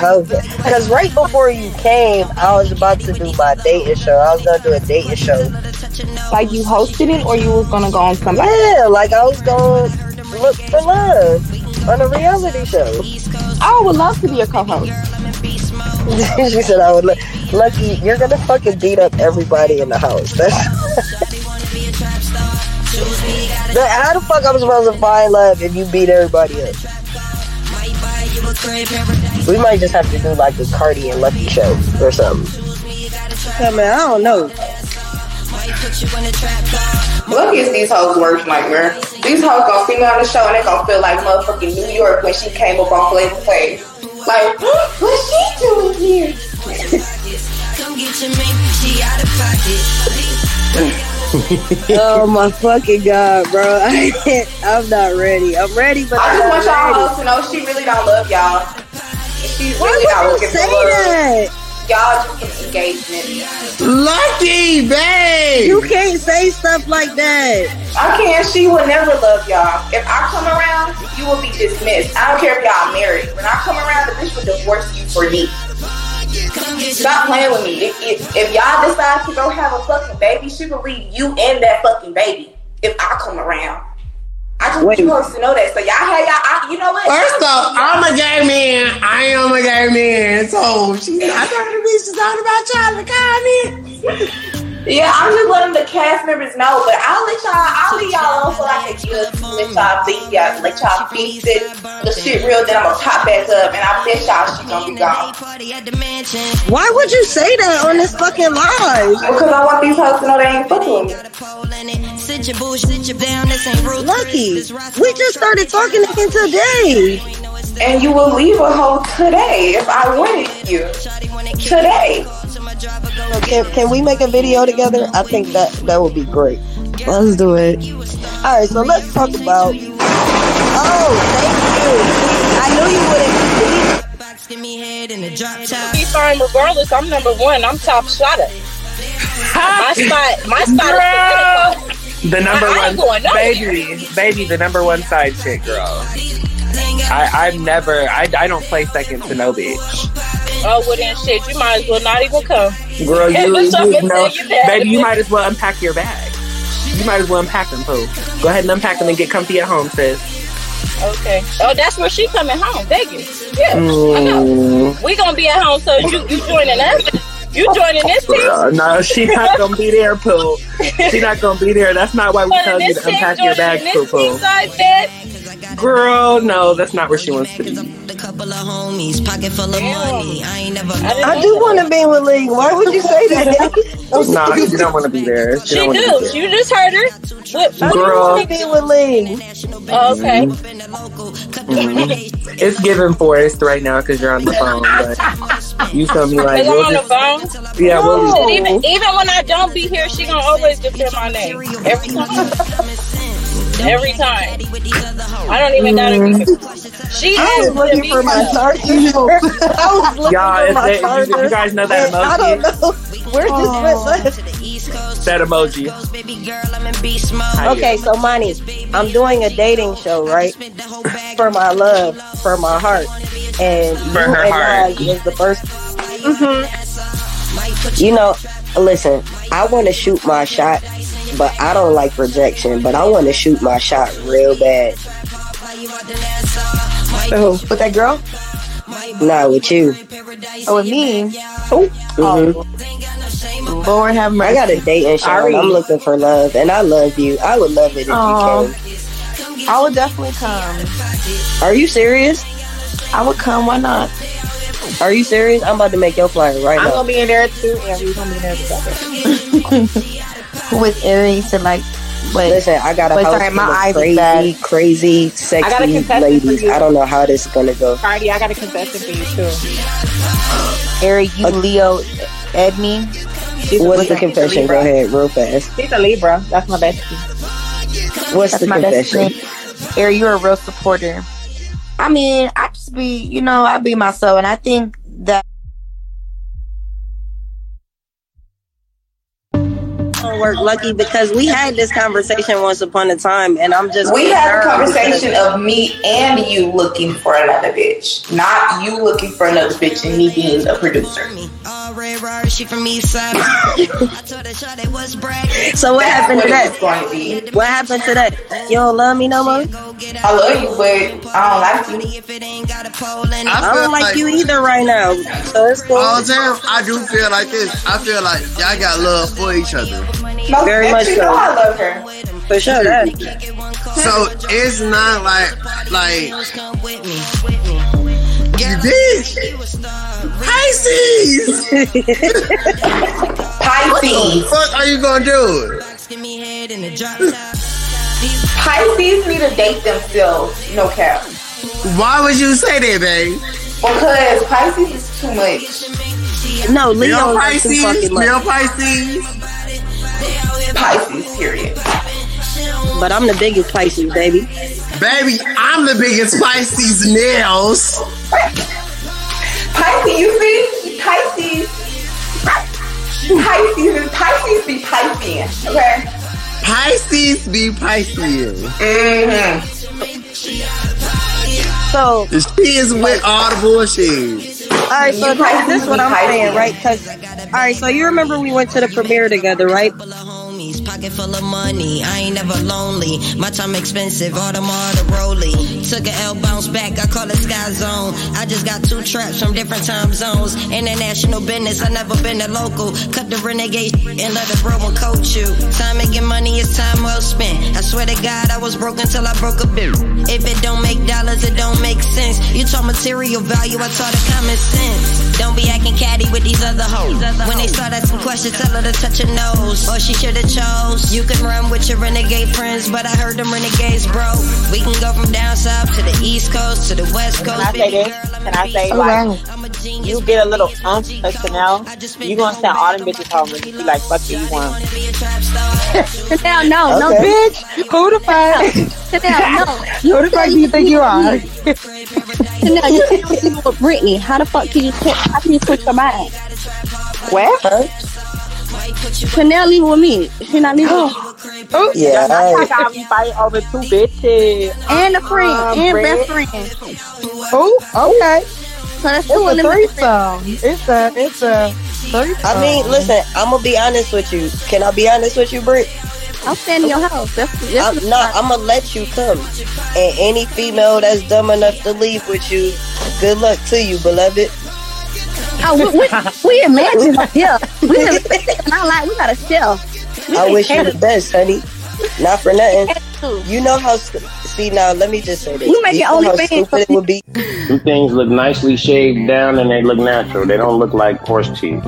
[SPEAKER 4] Because right before you came, I was about to do my dating show. I was gonna do a dating show.
[SPEAKER 25] Like you hosted it, or you was gonna go on somebody?
[SPEAKER 4] Yeah, like I was going to look for love on a reality show.
[SPEAKER 25] I would love to be a co-host.
[SPEAKER 4] she said, "I would look lucky. You're gonna fucking beat up everybody in the house." That's Like, how the fuck I'm supposed to find love if you beat everybody up? We might just have to do like a Cardi and Lucky show or something. I mean, I don't know.
[SPEAKER 3] Look at these hoes' worst nightmare. These hoes gonna see me on the show and they gonna feel like motherfucking New York when she came up on Flavor Flav. Like, what's she doing here?
[SPEAKER 4] oh my fucking god, bro! I can't, I'm not ready. I'm ready, but
[SPEAKER 3] I
[SPEAKER 4] I'm
[SPEAKER 3] just
[SPEAKER 4] not
[SPEAKER 3] want y'all
[SPEAKER 4] ready.
[SPEAKER 3] hoes to know she really don't love y'all. She
[SPEAKER 4] Why
[SPEAKER 3] really
[SPEAKER 4] would
[SPEAKER 3] not
[SPEAKER 4] you
[SPEAKER 3] looking
[SPEAKER 4] say
[SPEAKER 3] for love.
[SPEAKER 4] that?
[SPEAKER 3] Y'all just get engagement.
[SPEAKER 4] Lucky, babe. You can't say stuff like that.
[SPEAKER 3] I can. She will never love y'all. If I come around, you will be dismissed. I don't care if y'all married. When I come around, the bitch will divorce you for me. Stop playing with me. If, if, if y'all decide to go have a fucking baby, she will leave you and that fucking baby. If I come around, I just want you hoes to know that. So y'all have y'all. I, you know what?
[SPEAKER 17] First off, I'm a gay man. I am a gay man. So she's not talking to me. She's talking about y'all. Like,
[SPEAKER 3] Yeah, I'm just letting the cast members know, but I'll let y'all, I'll leave y'all on for like a year, let y'all think, y'all, let y'all fix it, the shit real, then I'm gonna pop back up, and I bet y'all she gonna be gone.
[SPEAKER 4] Why would you say that on this fucking live?
[SPEAKER 3] Because I want these hoes to know they ain't fucking with me.
[SPEAKER 4] Lucky, we just started talking again today.
[SPEAKER 3] And you will leave a hoe today if I wanted you. Today.
[SPEAKER 4] Can, can we make a video together? I think that that would be great. Let's do it. All right, so let's talk about. Oh, thank you. I knew you wouldn't.
[SPEAKER 7] Be fine regardless. I'm number one. I'm top shotter. my spot, my spot is the pinnacle.
[SPEAKER 17] The number
[SPEAKER 7] I- I ain't
[SPEAKER 17] one,
[SPEAKER 7] going nowhere.
[SPEAKER 17] baby, baby, the number one side chick, girl. I, I've never, I, I don't play second to no bitch,
[SPEAKER 7] Oh, well then, shit, you might as well not even come.
[SPEAKER 17] girl.
[SPEAKER 7] Hey,
[SPEAKER 17] You,
[SPEAKER 7] bitch, I'm
[SPEAKER 17] you
[SPEAKER 7] gonna
[SPEAKER 17] know,
[SPEAKER 7] tell you that.
[SPEAKER 17] baby, you might as well unpack your bag. You might as well unpack them, poo. Go ahead and unpack them and get comfy at home, sis.
[SPEAKER 7] Okay. Oh, that's where she coming home, Vegas. Yeah, I know.
[SPEAKER 17] Mm.
[SPEAKER 7] We gonna be at home, so you you joining us? You joining this
[SPEAKER 17] Bruh,
[SPEAKER 7] team?
[SPEAKER 17] no, she not gonna be there, Pooh. She not gonna be there. That's not why we tell you
[SPEAKER 7] Joining this
[SPEAKER 17] to
[SPEAKER 7] team,
[SPEAKER 17] unpack your
[SPEAKER 7] joining
[SPEAKER 17] bags, Pooh
[SPEAKER 7] this team,
[SPEAKER 17] Pooh.
[SPEAKER 7] side said.
[SPEAKER 17] Girl, no, that's not where she wants to be.
[SPEAKER 19] Couple of homies, pocket full of money. I ain't never.
[SPEAKER 4] I do want to be with Lee. Why would you say that?
[SPEAKER 17] Nah, she don't want to be there. She,
[SPEAKER 7] She
[SPEAKER 17] don't want to
[SPEAKER 7] do. You just heard her. What?
[SPEAKER 17] be there. Girl, Mm-hmm.
[SPEAKER 4] be with Lee.
[SPEAKER 7] Oh, okay.
[SPEAKER 17] mhm. it's giving forest right now because you're on the phone. But you feel me like
[SPEAKER 7] Is I'm
[SPEAKER 17] we'll
[SPEAKER 7] on the
[SPEAKER 17] just,
[SPEAKER 7] phone?
[SPEAKER 17] yeah, we'll
[SPEAKER 7] But even even when I don't be here, she gonna always defend my name every time. Every time. I don't even gotta be.
[SPEAKER 17] Mm-hmm.
[SPEAKER 7] She
[SPEAKER 4] I was
[SPEAKER 7] asked me to
[SPEAKER 4] looking
[SPEAKER 7] be
[SPEAKER 4] for my
[SPEAKER 7] here.
[SPEAKER 4] charger. I was looking
[SPEAKER 17] Y'all,
[SPEAKER 4] for
[SPEAKER 17] if
[SPEAKER 4] my
[SPEAKER 17] they- you-
[SPEAKER 4] charger.
[SPEAKER 17] you guys know that
[SPEAKER 4] and I don't know where this went.
[SPEAKER 17] that emoji.
[SPEAKER 4] Okay, so Monty, I'm doing a dating show, right? For my love, for my heart, and
[SPEAKER 17] For
[SPEAKER 4] you
[SPEAKER 17] her
[SPEAKER 4] and
[SPEAKER 17] heart.
[SPEAKER 4] I is the 1st You know, listen, I want to shoot my shot, but I don't like rejection. But I want to shoot my shot real bad.
[SPEAKER 19] Oh,
[SPEAKER 4] with that girl? Nah, with you.
[SPEAKER 19] Oh, with me?
[SPEAKER 4] Oh,
[SPEAKER 19] Lord
[SPEAKER 4] have mercy. I got a date and Sharon.
[SPEAKER 19] Ari.
[SPEAKER 4] I'm looking for love, and I love you. I would love it if
[SPEAKER 19] Aw.
[SPEAKER 4] you came.
[SPEAKER 19] I would definitely come.
[SPEAKER 4] Are you serious? I would come. Why not? Are you serious? I'm about to make your flyer right
[SPEAKER 19] I'm
[SPEAKER 4] now.
[SPEAKER 19] gonna be in there too, and we're gonna be in there together.
[SPEAKER 4] with earrings and like. Listen, I got a
[SPEAKER 9] but
[SPEAKER 4] house
[SPEAKER 9] sorry, my
[SPEAKER 4] full of
[SPEAKER 9] eyes is
[SPEAKER 4] crazy,
[SPEAKER 9] bad.
[SPEAKER 4] crazy,
[SPEAKER 5] I got a
[SPEAKER 4] sexy
[SPEAKER 5] confession for
[SPEAKER 4] ladies.
[SPEAKER 5] you.
[SPEAKER 4] I don't know how this is gonna go.
[SPEAKER 5] Cardi, I got a confession for you too.
[SPEAKER 9] Eric, you Leo, Edney.
[SPEAKER 4] What's the confession? Go ahead, real fast.
[SPEAKER 5] She's a Libra. That's my bestie.
[SPEAKER 4] What's
[SPEAKER 9] That's
[SPEAKER 4] the
[SPEAKER 9] my best
[SPEAKER 4] confession?
[SPEAKER 9] friend. Eric, you're a real supporter. I mean, I just be, you know, I be myself, and I think that.
[SPEAKER 4] don't work lucky because we had this conversation once upon a time, and I'm just
[SPEAKER 3] We had a
[SPEAKER 4] concerned
[SPEAKER 3] conversation
[SPEAKER 4] because-
[SPEAKER 3] of me and you looking for another bitch, not you looking for another bitch and me being a producer.
[SPEAKER 19] She from East Side. I told her shot it was bragging.
[SPEAKER 4] So what happened to
[SPEAKER 3] That's what
[SPEAKER 4] that? What happened to that? You don't love me no more.
[SPEAKER 3] I love you, but I don't like you.
[SPEAKER 4] I don't like you either right now. So it's cool.
[SPEAKER 14] All time, I do feel like this. I feel like y'all got love for each other.
[SPEAKER 3] No,
[SPEAKER 4] Very
[SPEAKER 3] bitch,
[SPEAKER 4] much
[SPEAKER 3] you
[SPEAKER 4] so.
[SPEAKER 3] know I love her.
[SPEAKER 4] For sure. that-
[SPEAKER 14] So it's not like like you did. Pisces. What the
[SPEAKER 3] Pisces.
[SPEAKER 14] fuck are you gonna do?
[SPEAKER 3] Pisces need to date themselves, no cap.
[SPEAKER 14] Why would you say that, babe?
[SPEAKER 3] Because Pisces is too much.
[SPEAKER 4] No,
[SPEAKER 14] Leo
[SPEAKER 3] is
[SPEAKER 14] Pisces, Leo Pisces.
[SPEAKER 3] Pisces, period.
[SPEAKER 4] But I'm the biggest Pisces, baby.
[SPEAKER 14] Baby, I'm the biggest Pisces nails.
[SPEAKER 3] Pisces, you see? Pisces. Pisces, Pisces be Pisces, okay?
[SPEAKER 14] Pisces be Pisces.
[SPEAKER 3] Mm-hmm.
[SPEAKER 4] So
[SPEAKER 14] she is with all the bullshit.
[SPEAKER 4] All right, so this, this is what I'm saying, right? Because all right, so you remember we went to the premiere together, right?
[SPEAKER 19] Homies, pocket full of money. I ain't never lonely. My time expensive. All them all the rollie. Took a L bounce back. I call it Sky Zone. I just got two traps from different time zones. International business. I never been a local. Cut the renegade and let the bro one coach you. Time and get money is time well spent. I swear to God, I was broke until I broke a bill. If it don't make dollars, it don't make sense. You taught material value. I taught it common sense. Don't be acting catty with these other hoes. When they start asking questions, tell her to touch her nose. Or she should've chose. You can run with your renegade friends, but I heard them renegades broke. We can go from down south to the east coast to the west
[SPEAKER 5] Can
[SPEAKER 19] coast.
[SPEAKER 5] I say
[SPEAKER 19] baby
[SPEAKER 5] this? Can I say
[SPEAKER 19] Oh,
[SPEAKER 5] like you get a little umph of Chanel, you gonna send all them bitches home and be like, fuck you, you want.
[SPEAKER 24] Sit down, no, no,
[SPEAKER 5] Okay.
[SPEAKER 24] bitch. Who the fuck? Sit down, no.
[SPEAKER 26] Who the fuck do you think you are?
[SPEAKER 24] Sit down. You can't do it with Britney. How the fuck can you? How can you switch your mind?
[SPEAKER 4] Where?
[SPEAKER 24] Chanel leave with me. She not leaving. with you.
[SPEAKER 4] Yeah,
[SPEAKER 24] I-
[SPEAKER 5] I got we fight over two bitches.
[SPEAKER 24] And a friend,
[SPEAKER 5] Um,
[SPEAKER 24] and
[SPEAKER 5] Brit.
[SPEAKER 24] best friend.
[SPEAKER 4] Oh, okay.
[SPEAKER 24] So that's
[SPEAKER 4] It's
[SPEAKER 24] two
[SPEAKER 4] a
[SPEAKER 24] in the
[SPEAKER 4] threesome. It's a it's a threesome. I mean, listen, I'm gonna be honest with you. Can I be honest with you, Britt?
[SPEAKER 24] I'm staying in your house. That's, that's
[SPEAKER 4] I'm not. I'm gonna let you come. And any female that's dumb enough to leave with you, good luck to you, beloved.
[SPEAKER 1] Oh, we, we, we imagine yeah. We imagine our life. We got a chill.
[SPEAKER 27] I wish you the best, honey. Not for nothing. You know how. St- see now, let me just say this.
[SPEAKER 1] We make
[SPEAKER 27] You
[SPEAKER 1] it
[SPEAKER 27] know
[SPEAKER 1] only
[SPEAKER 27] how
[SPEAKER 1] fans.
[SPEAKER 27] stupid it would be.
[SPEAKER 18] Two things look nicely shaved down and they look natural. They don't look like horse teeth.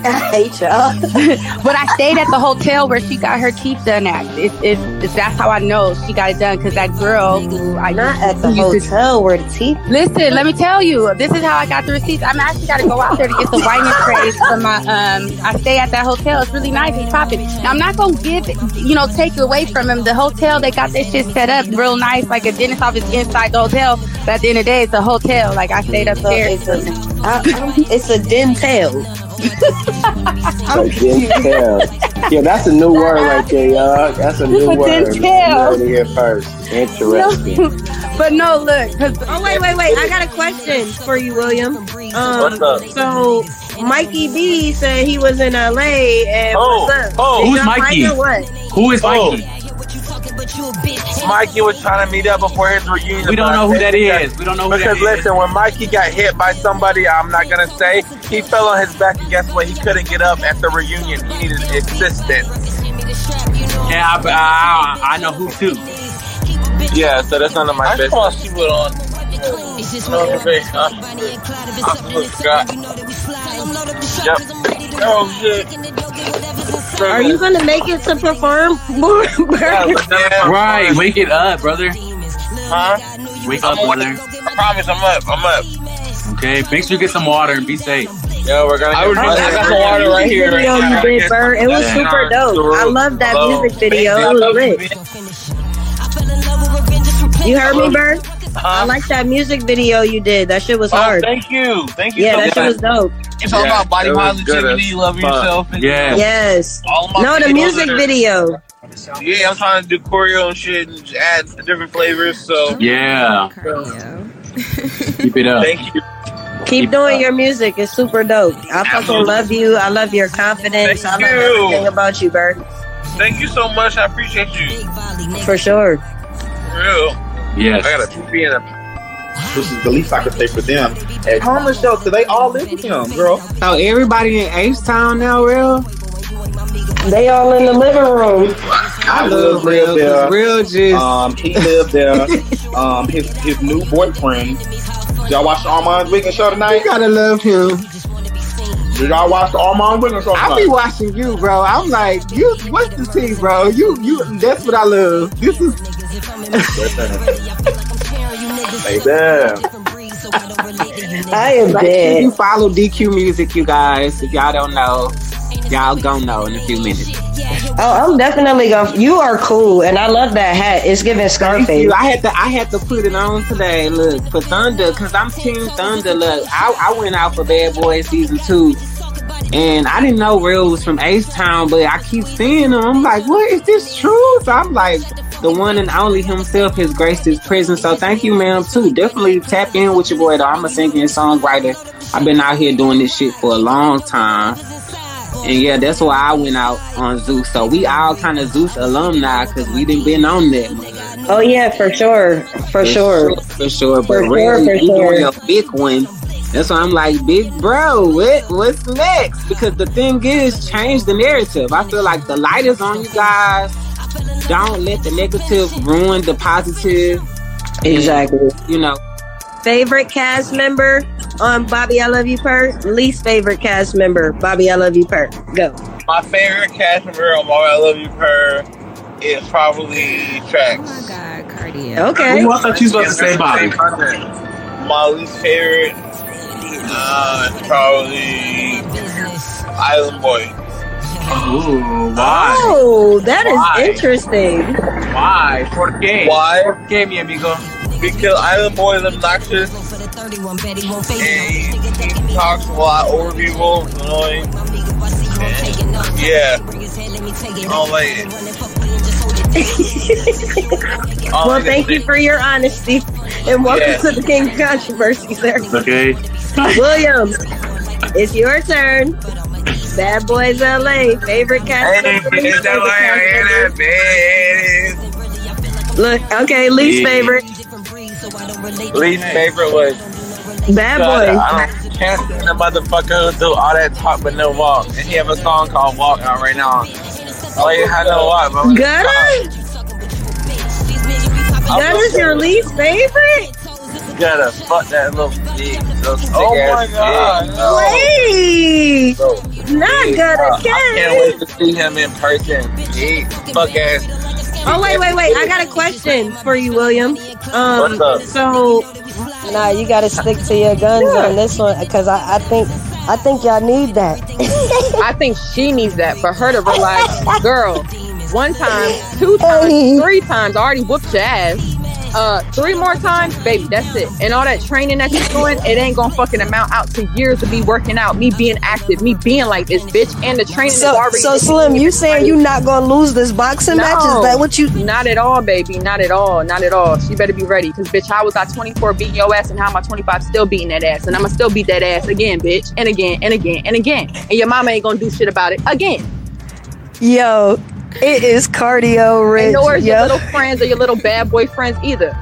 [SPEAKER 1] I hate y'all. but I stayed at the hotel where she got her teeth done at. It, it, it, that's how I know she got it done because that girl who I not at
[SPEAKER 27] The hotel where the teeth.
[SPEAKER 1] Listen, let me tell you, this is how I got the receipts. I'm actually got to go out there to get the wine and trays for my. Um, I stay at that hotel. It's really nice. It's popping. Now I'm not gonna give, you know, take it away from him. The hotel they got this shit set up real nice, like a dentist office inside the hotel. But at the end of the day, it's a hotel. Like I stayed upstairs.
[SPEAKER 27] So it's a, I, I'm, it's a dental.
[SPEAKER 18] Like dentel. yeah, that's a new word right there, y'all. That's a new
[SPEAKER 1] But
[SPEAKER 18] word. You
[SPEAKER 1] dentel.
[SPEAKER 18] heard it here first. Interesting.
[SPEAKER 1] but no, look.
[SPEAKER 4] Oh wait, wait, wait! I got a question for you, William. Um,
[SPEAKER 18] What's up?
[SPEAKER 4] So Mikey B said he was in LA and
[SPEAKER 8] Oh,
[SPEAKER 4] what's up?
[SPEAKER 8] oh,
[SPEAKER 4] Is
[SPEAKER 8] who's
[SPEAKER 4] y'all
[SPEAKER 8] Mikey?
[SPEAKER 4] Mike or what?
[SPEAKER 8] Who is Mikey? Oh. Mikey was trying to meet up before his reunion.
[SPEAKER 19] We don't
[SPEAKER 8] but
[SPEAKER 19] know who that
[SPEAKER 8] because-
[SPEAKER 19] is. We don't know who that
[SPEAKER 8] because
[SPEAKER 19] is.
[SPEAKER 8] listen, when Mikey got hit by somebody, I'm not gonna say he fell on his back, and guess what? He couldn't get up at the reunion. He needed assistance.
[SPEAKER 19] Yeah, I, I, I know who too.
[SPEAKER 8] Yeah, so that's none of my business.
[SPEAKER 19] thought she
[SPEAKER 8] was on.
[SPEAKER 4] Are you gonna make it to perform?
[SPEAKER 19] Right, wake it up, brother.
[SPEAKER 8] Huh?
[SPEAKER 19] Wake up, brother.
[SPEAKER 8] I promise I'm up. I'm up.
[SPEAKER 19] Okay, make sure you get some water and be safe.
[SPEAKER 8] Yo, we're gonna.
[SPEAKER 19] I,
[SPEAKER 8] get- I got some water right here.
[SPEAKER 4] Video you did, bro. It was
[SPEAKER 19] Yeah.
[SPEAKER 4] super dope. I love that
[SPEAKER 8] Hello.
[SPEAKER 4] music video. It was lit. You heard me, Bird? I like that music video you did. That shit was hard.
[SPEAKER 3] Oh, Thank you. Thank you.
[SPEAKER 4] Yeah,
[SPEAKER 3] so
[SPEAKER 4] that shit
[SPEAKER 3] much.
[SPEAKER 4] was dope.
[SPEAKER 3] You talking
[SPEAKER 4] Yeah,
[SPEAKER 3] about body
[SPEAKER 4] it was good
[SPEAKER 3] positivity,
[SPEAKER 4] as
[SPEAKER 3] loving
[SPEAKER 4] fuck.
[SPEAKER 3] yourself. And
[SPEAKER 4] Yeah. Yes.
[SPEAKER 3] All my
[SPEAKER 4] No, the
[SPEAKER 3] videos
[SPEAKER 4] music
[SPEAKER 3] are-
[SPEAKER 4] video.
[SPEAKER 3] Yeah, I'm trying to do choreo and shit and add different flavors. So
[SPEAKER 19] Yeah. Keep it up.
[SPEAKER 3] Thank you.
[SPEAKER 4] Keep doing your music. It's super dope. I fucking love you. I love your confidence. I love
[SPEAKER 3] Thank you.
[SPEAKER 4] everything about you, Bird.
[SPEAKER 3] Thank you so much. I appreciate you.
[SPEAKER 4] For sure.
[SPEAKER 3] For real.
[SPEAKER 19] Yes.
[SPEAKER 3] I got a pee in a.
[SPEAKER 10] This is the least I could say for them. At Karma Shelter, they all live with him, girl.
[SPEAKER 16] So everybody in H Town now, real.
[SPEAKER 4] They all in the living room.
[SPEAKER 10] I love real there. Real juice. Um, he lived there. um, his his new boyfriend. Did y'all watch the Armand Wiggins show tonight? You gotta love him. Did y'all watch the Armand Wiggins show
[SPEAKER 16] I
[SPEAKER 10] tonight?
[SPEAKER 16] be watching you, bro. I'm like, you. What's the tea, bro? You, you. That's what I love. This is.
[SPEAKER 10] Hey, damn.
[SPEAKER 16] I
[SPEAKER 4] am
[SPEAKER 16] dead. You follow DQ music, you guys. If y'all don't know, y'all gonna know in a few minutes.
[SPEAKER 4] Oh, I'm definitely going. You are cool, and I love that hat. It's giving Scarface.
[SPEAKER 16] You, I had to I had to put it on today. Look for Thunder because I'm Team Thunder. Look, I, I went out for Bad Boys season two, and I didn't know Real was from H Town, but I keep seeing him. I'm like, what is this true? So I'm like, the one and only himself has graced his prison. So thank you, ma'am, too. Definitely tap in with your boy. Though I'm a singer and songwriter. I've been out here doing this shit for a long time. And yeah, that's why I went out on Zeus. So we all kind of Zeus alumni because we didn't been on that.
[SPEAKER 4] Oh yeah, for sure, for sure.
[SPEAKER 16] For sure,
[SPEAKER 4] For
[SPEAKER 16] but
[SPEAKER 4] sure,
[SPEAKER 16] really,
[SPEAKER 4] for
[SPEAKER 16] you doing
[SPEAKER 4] sure.
[SPEAKER 16] a big one. That's why I'm like, big bro, what, what's next? Because the thing is, change the narrative. I feel like the light is on you guys. Don't let the negative ruin the positive.
[SPEAKER 4] Exactly.
[SPEAKER 16] You know,
[SPEAKER 4] Favorite cast member on Bobby, I love you, Perk. Least favorite cast member, Bobby, I love you, Perk. Go.
[SPEAKER 8] My favorite cast member on Mario I Love You Per is probably Trax. Oh my god, Cardi.
[SPEAKER 4] Okay. Ooh, I
[SPEAKER 19] thought you was about to say Bobby.
[SPEAKER 8] My least favorite uh, is probably Island Boy.
[SPEAKER 19] Ooh,
[SPEAKER 4] Oh, that is
[SPEAKER 8] Why?
[SPEAKER 4] interesting.
[SPEAKER 8] Why? For qué? Why? Por qué, mi amigo? Because Island Boy is obnoxious. And he, he talks a lot over people, it's annoying. And, yeah. I don't like it.
[SPEAKER 4] well, thank you for your honesty, and welcome
[SPEAKER 8] Yeah.
[SPEAKER 4] to the King of Controversy, sir.
[SPEAKER 19] Okay.
[SPEAKER 4] Williams, it's your turn. Bad Boys LA, favorite cast
[SPEAKER 8] Hey,
[SPEAKER 4] member.
[SPEAKER 8] it's the way I hear that, man.
[SPEAKER 4] Look, okay, least
[SPEAKER 8] Yeah.
[SPEAKER 4] favorite.
[SPEAKER 8] Least favorite was um,
[SPEAKER 4] Bad
[SPEAKER 8] God,
[SPEAKER 4] Boys.
[SPEAKER 8] I don't- Cancer, the motherfucker who do all that talk but no walk. And he have a song called Walk out right now. Oh, you had no walk, but
[SPEAKER 3] Gutter? Gutter's your least favorite?
[SPEAKER 8] Gotta fuck that little dick.
[SPEAKER 3] Oh my God, Wait! Not Gutter
[SPEAKER 8] Uh, I
[SPEAKER 3] Cat.
[SPEAKER 8] can't wait to see him in person. Dick, fuck ass.
[SPEAKER 3] Oh, wait, wait, wait. I got a question for you, William. Um,
[SPEAKER 8] What's up?
[SPEAKER 3] So,
[SPEAKER 4] Nah, you gotta stick to your guns on this one because I, I think I think y'all need that.
[SPEAKER 15] I think she needs that for her to realize, girl, one time, two times, three times, I already whooped your ass. Uh, three more times, baby, that's it. And all that training that you're doing, it ain't gonna fucking amount out to years of me working out, me being active, me being like this, bitch. And the training is
[SPEAKER 4] So,
[SPEAKER 15] already.
[SPEAKER 4] so Slim, you saying you not gonna lose this boxing match? Is that what you?
[SPEAKER 15] Not at all, baby. Not at all. Not at all. She better be ready. Because, bitch, how was I 24 beating your ass and how am I 25 still beating that ass? And I'm going to still beat that ass again, bitch. And again, and again, and again. And your mama ain't going to do shit about it again.
[SPEAKER 4] Yo, it is cardio
[SPEAKER 15] And
[SPEAKER 4] rich.
[SPEAKER 15] nor is your
[SPEAKER 4] Yo.
[SPEAKER 15] little friends or your little bad boy friends either,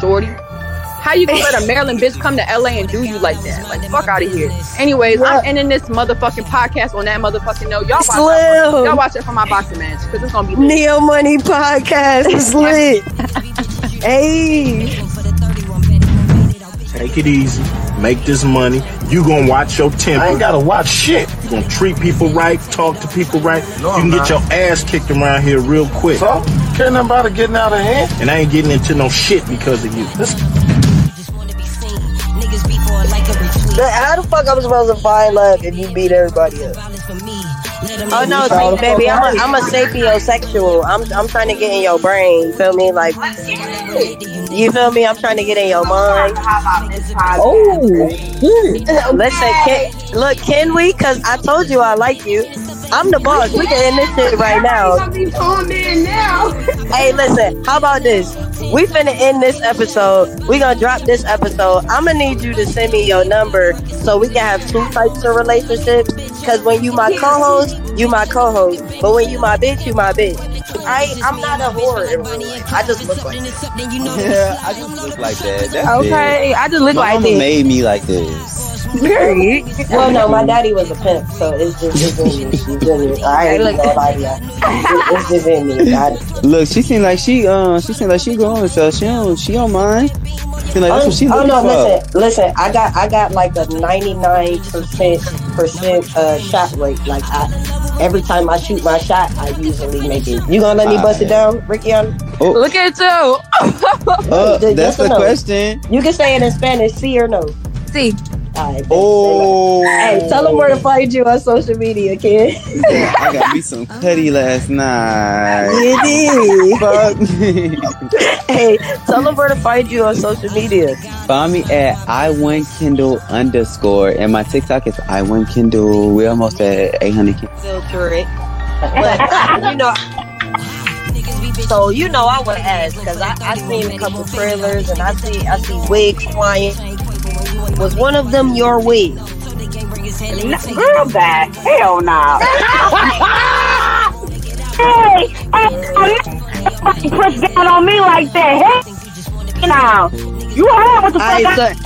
[SPEAKER 15] shorty. How you gonna let a Maryland bitch come to LA and do you like that? Like fuck out of here. Anyways, I'm ending this motherfucking podcast on that motherfucking note. Y'all watch, out for,
[SPEAKER 4] Slim.
[SPEAKER 15] y'all watch it for my boxing match because it's gonna be lit.
[SPEAKER 4] Neo Money Podcast is lit. hey,
[SPEAKER 10] Take it easy. Make this money. You gonna watch your temper. I ain't gotta watch shit. You gonna treat people right, talk to people right. you can
[SPEAKER 23] I'm
[SPEAKER 10] get your ass kicked around here real quick. So? Care nothing about it getting out of hand. And I ain't getting into no shit because of you. This
[SPEAKER 4] But how the fuck I'm supposed to find love if you beat everybody up? Oh no, see, baby, I'm a, I'm a sapiosexual. I'm I'm trying to get in your brain. You feel me? Like, you feel me? I'm trying to get in your mind. Oh, listen, Oh, can, look, can we? Cause I told you I like you. I'm the boss. We can end this shit right now. hey, listen. How about this? We finna end this episode. We gonna drop this episode. I'm gonna need you to send me your number so we can have two types of relationships. Cause when you my co-host, you my co-host. But when you my bitch, you my bitch. I I'm not a whore. in real life. I just look like.
[SPEAKER 19] Yeah, I just look like that. That's
[SPEAKER 4] Okay,
[SPEAKER 19] it.
[SPEAKER 4] I just look
[SPEAKER 19] My
[SPEAKER 4] like
[SPEAKER 19] mama
[SPEAKER 4] this.
[SPEAKER 19] made me like this.
[SPEAKER 4] well, no, my daddy was a pimp, so it's just it's in me. It's in me. I ain't nobody else. It's just in me. Got it.
[SPEAKER 19] Look, she seemed like she uh she seemed like she growing so she don't she don't mind. Seemed like that's
[SPEAKER 4] oh,
[SPEAKER 19] what she
[SPEAKER 4] oh,
[SPEAKER 19] looking
[SPEAKER 4] no,
[SPEAKER 19] for.
[SPEAKER 4] listen, listen. I got I got like a ninety nine percent percent uh, shot rate. Like I, every time I shoot my shot, I usually make it. You gonna let me bust it down, Ricky? On
[SPEAKER 19] Oh.
[SPEAKER 15] Look at you.
[SPEAKER 19] Uh, that's the question.
[SPEAKER 4] You can say it in Spanish. See or no?
[SPEAKER 15] See.
[SPEAKER 19] Oh,
[SPEAKER 4] Hey, tell them where to find you on social media, kid.
[SPEAKER 19] I got me some cutty last night.
[SPEAKER 4] You did.
[SPEAKER 19] Fuck me.
[SPEAKER 4] hey, tell them where to find you on social media.
[SPEAKER 19] Find me at I one Kindle underscore, and my TikTok is I one Kindle. We're almost at eight hundred.
[SPEAKER 4] filter it. But you know, so you know, I would ask because I I seen a couple trailers and I see I see wigs flying. Was one of them your wig? Girl, back hell no.
[SPEAKER 3] Hey, hey, hey, push down on me like that. Hey, now you heard what the fuck?
[SPEAKER 4] I
[SPEAKER 3] I-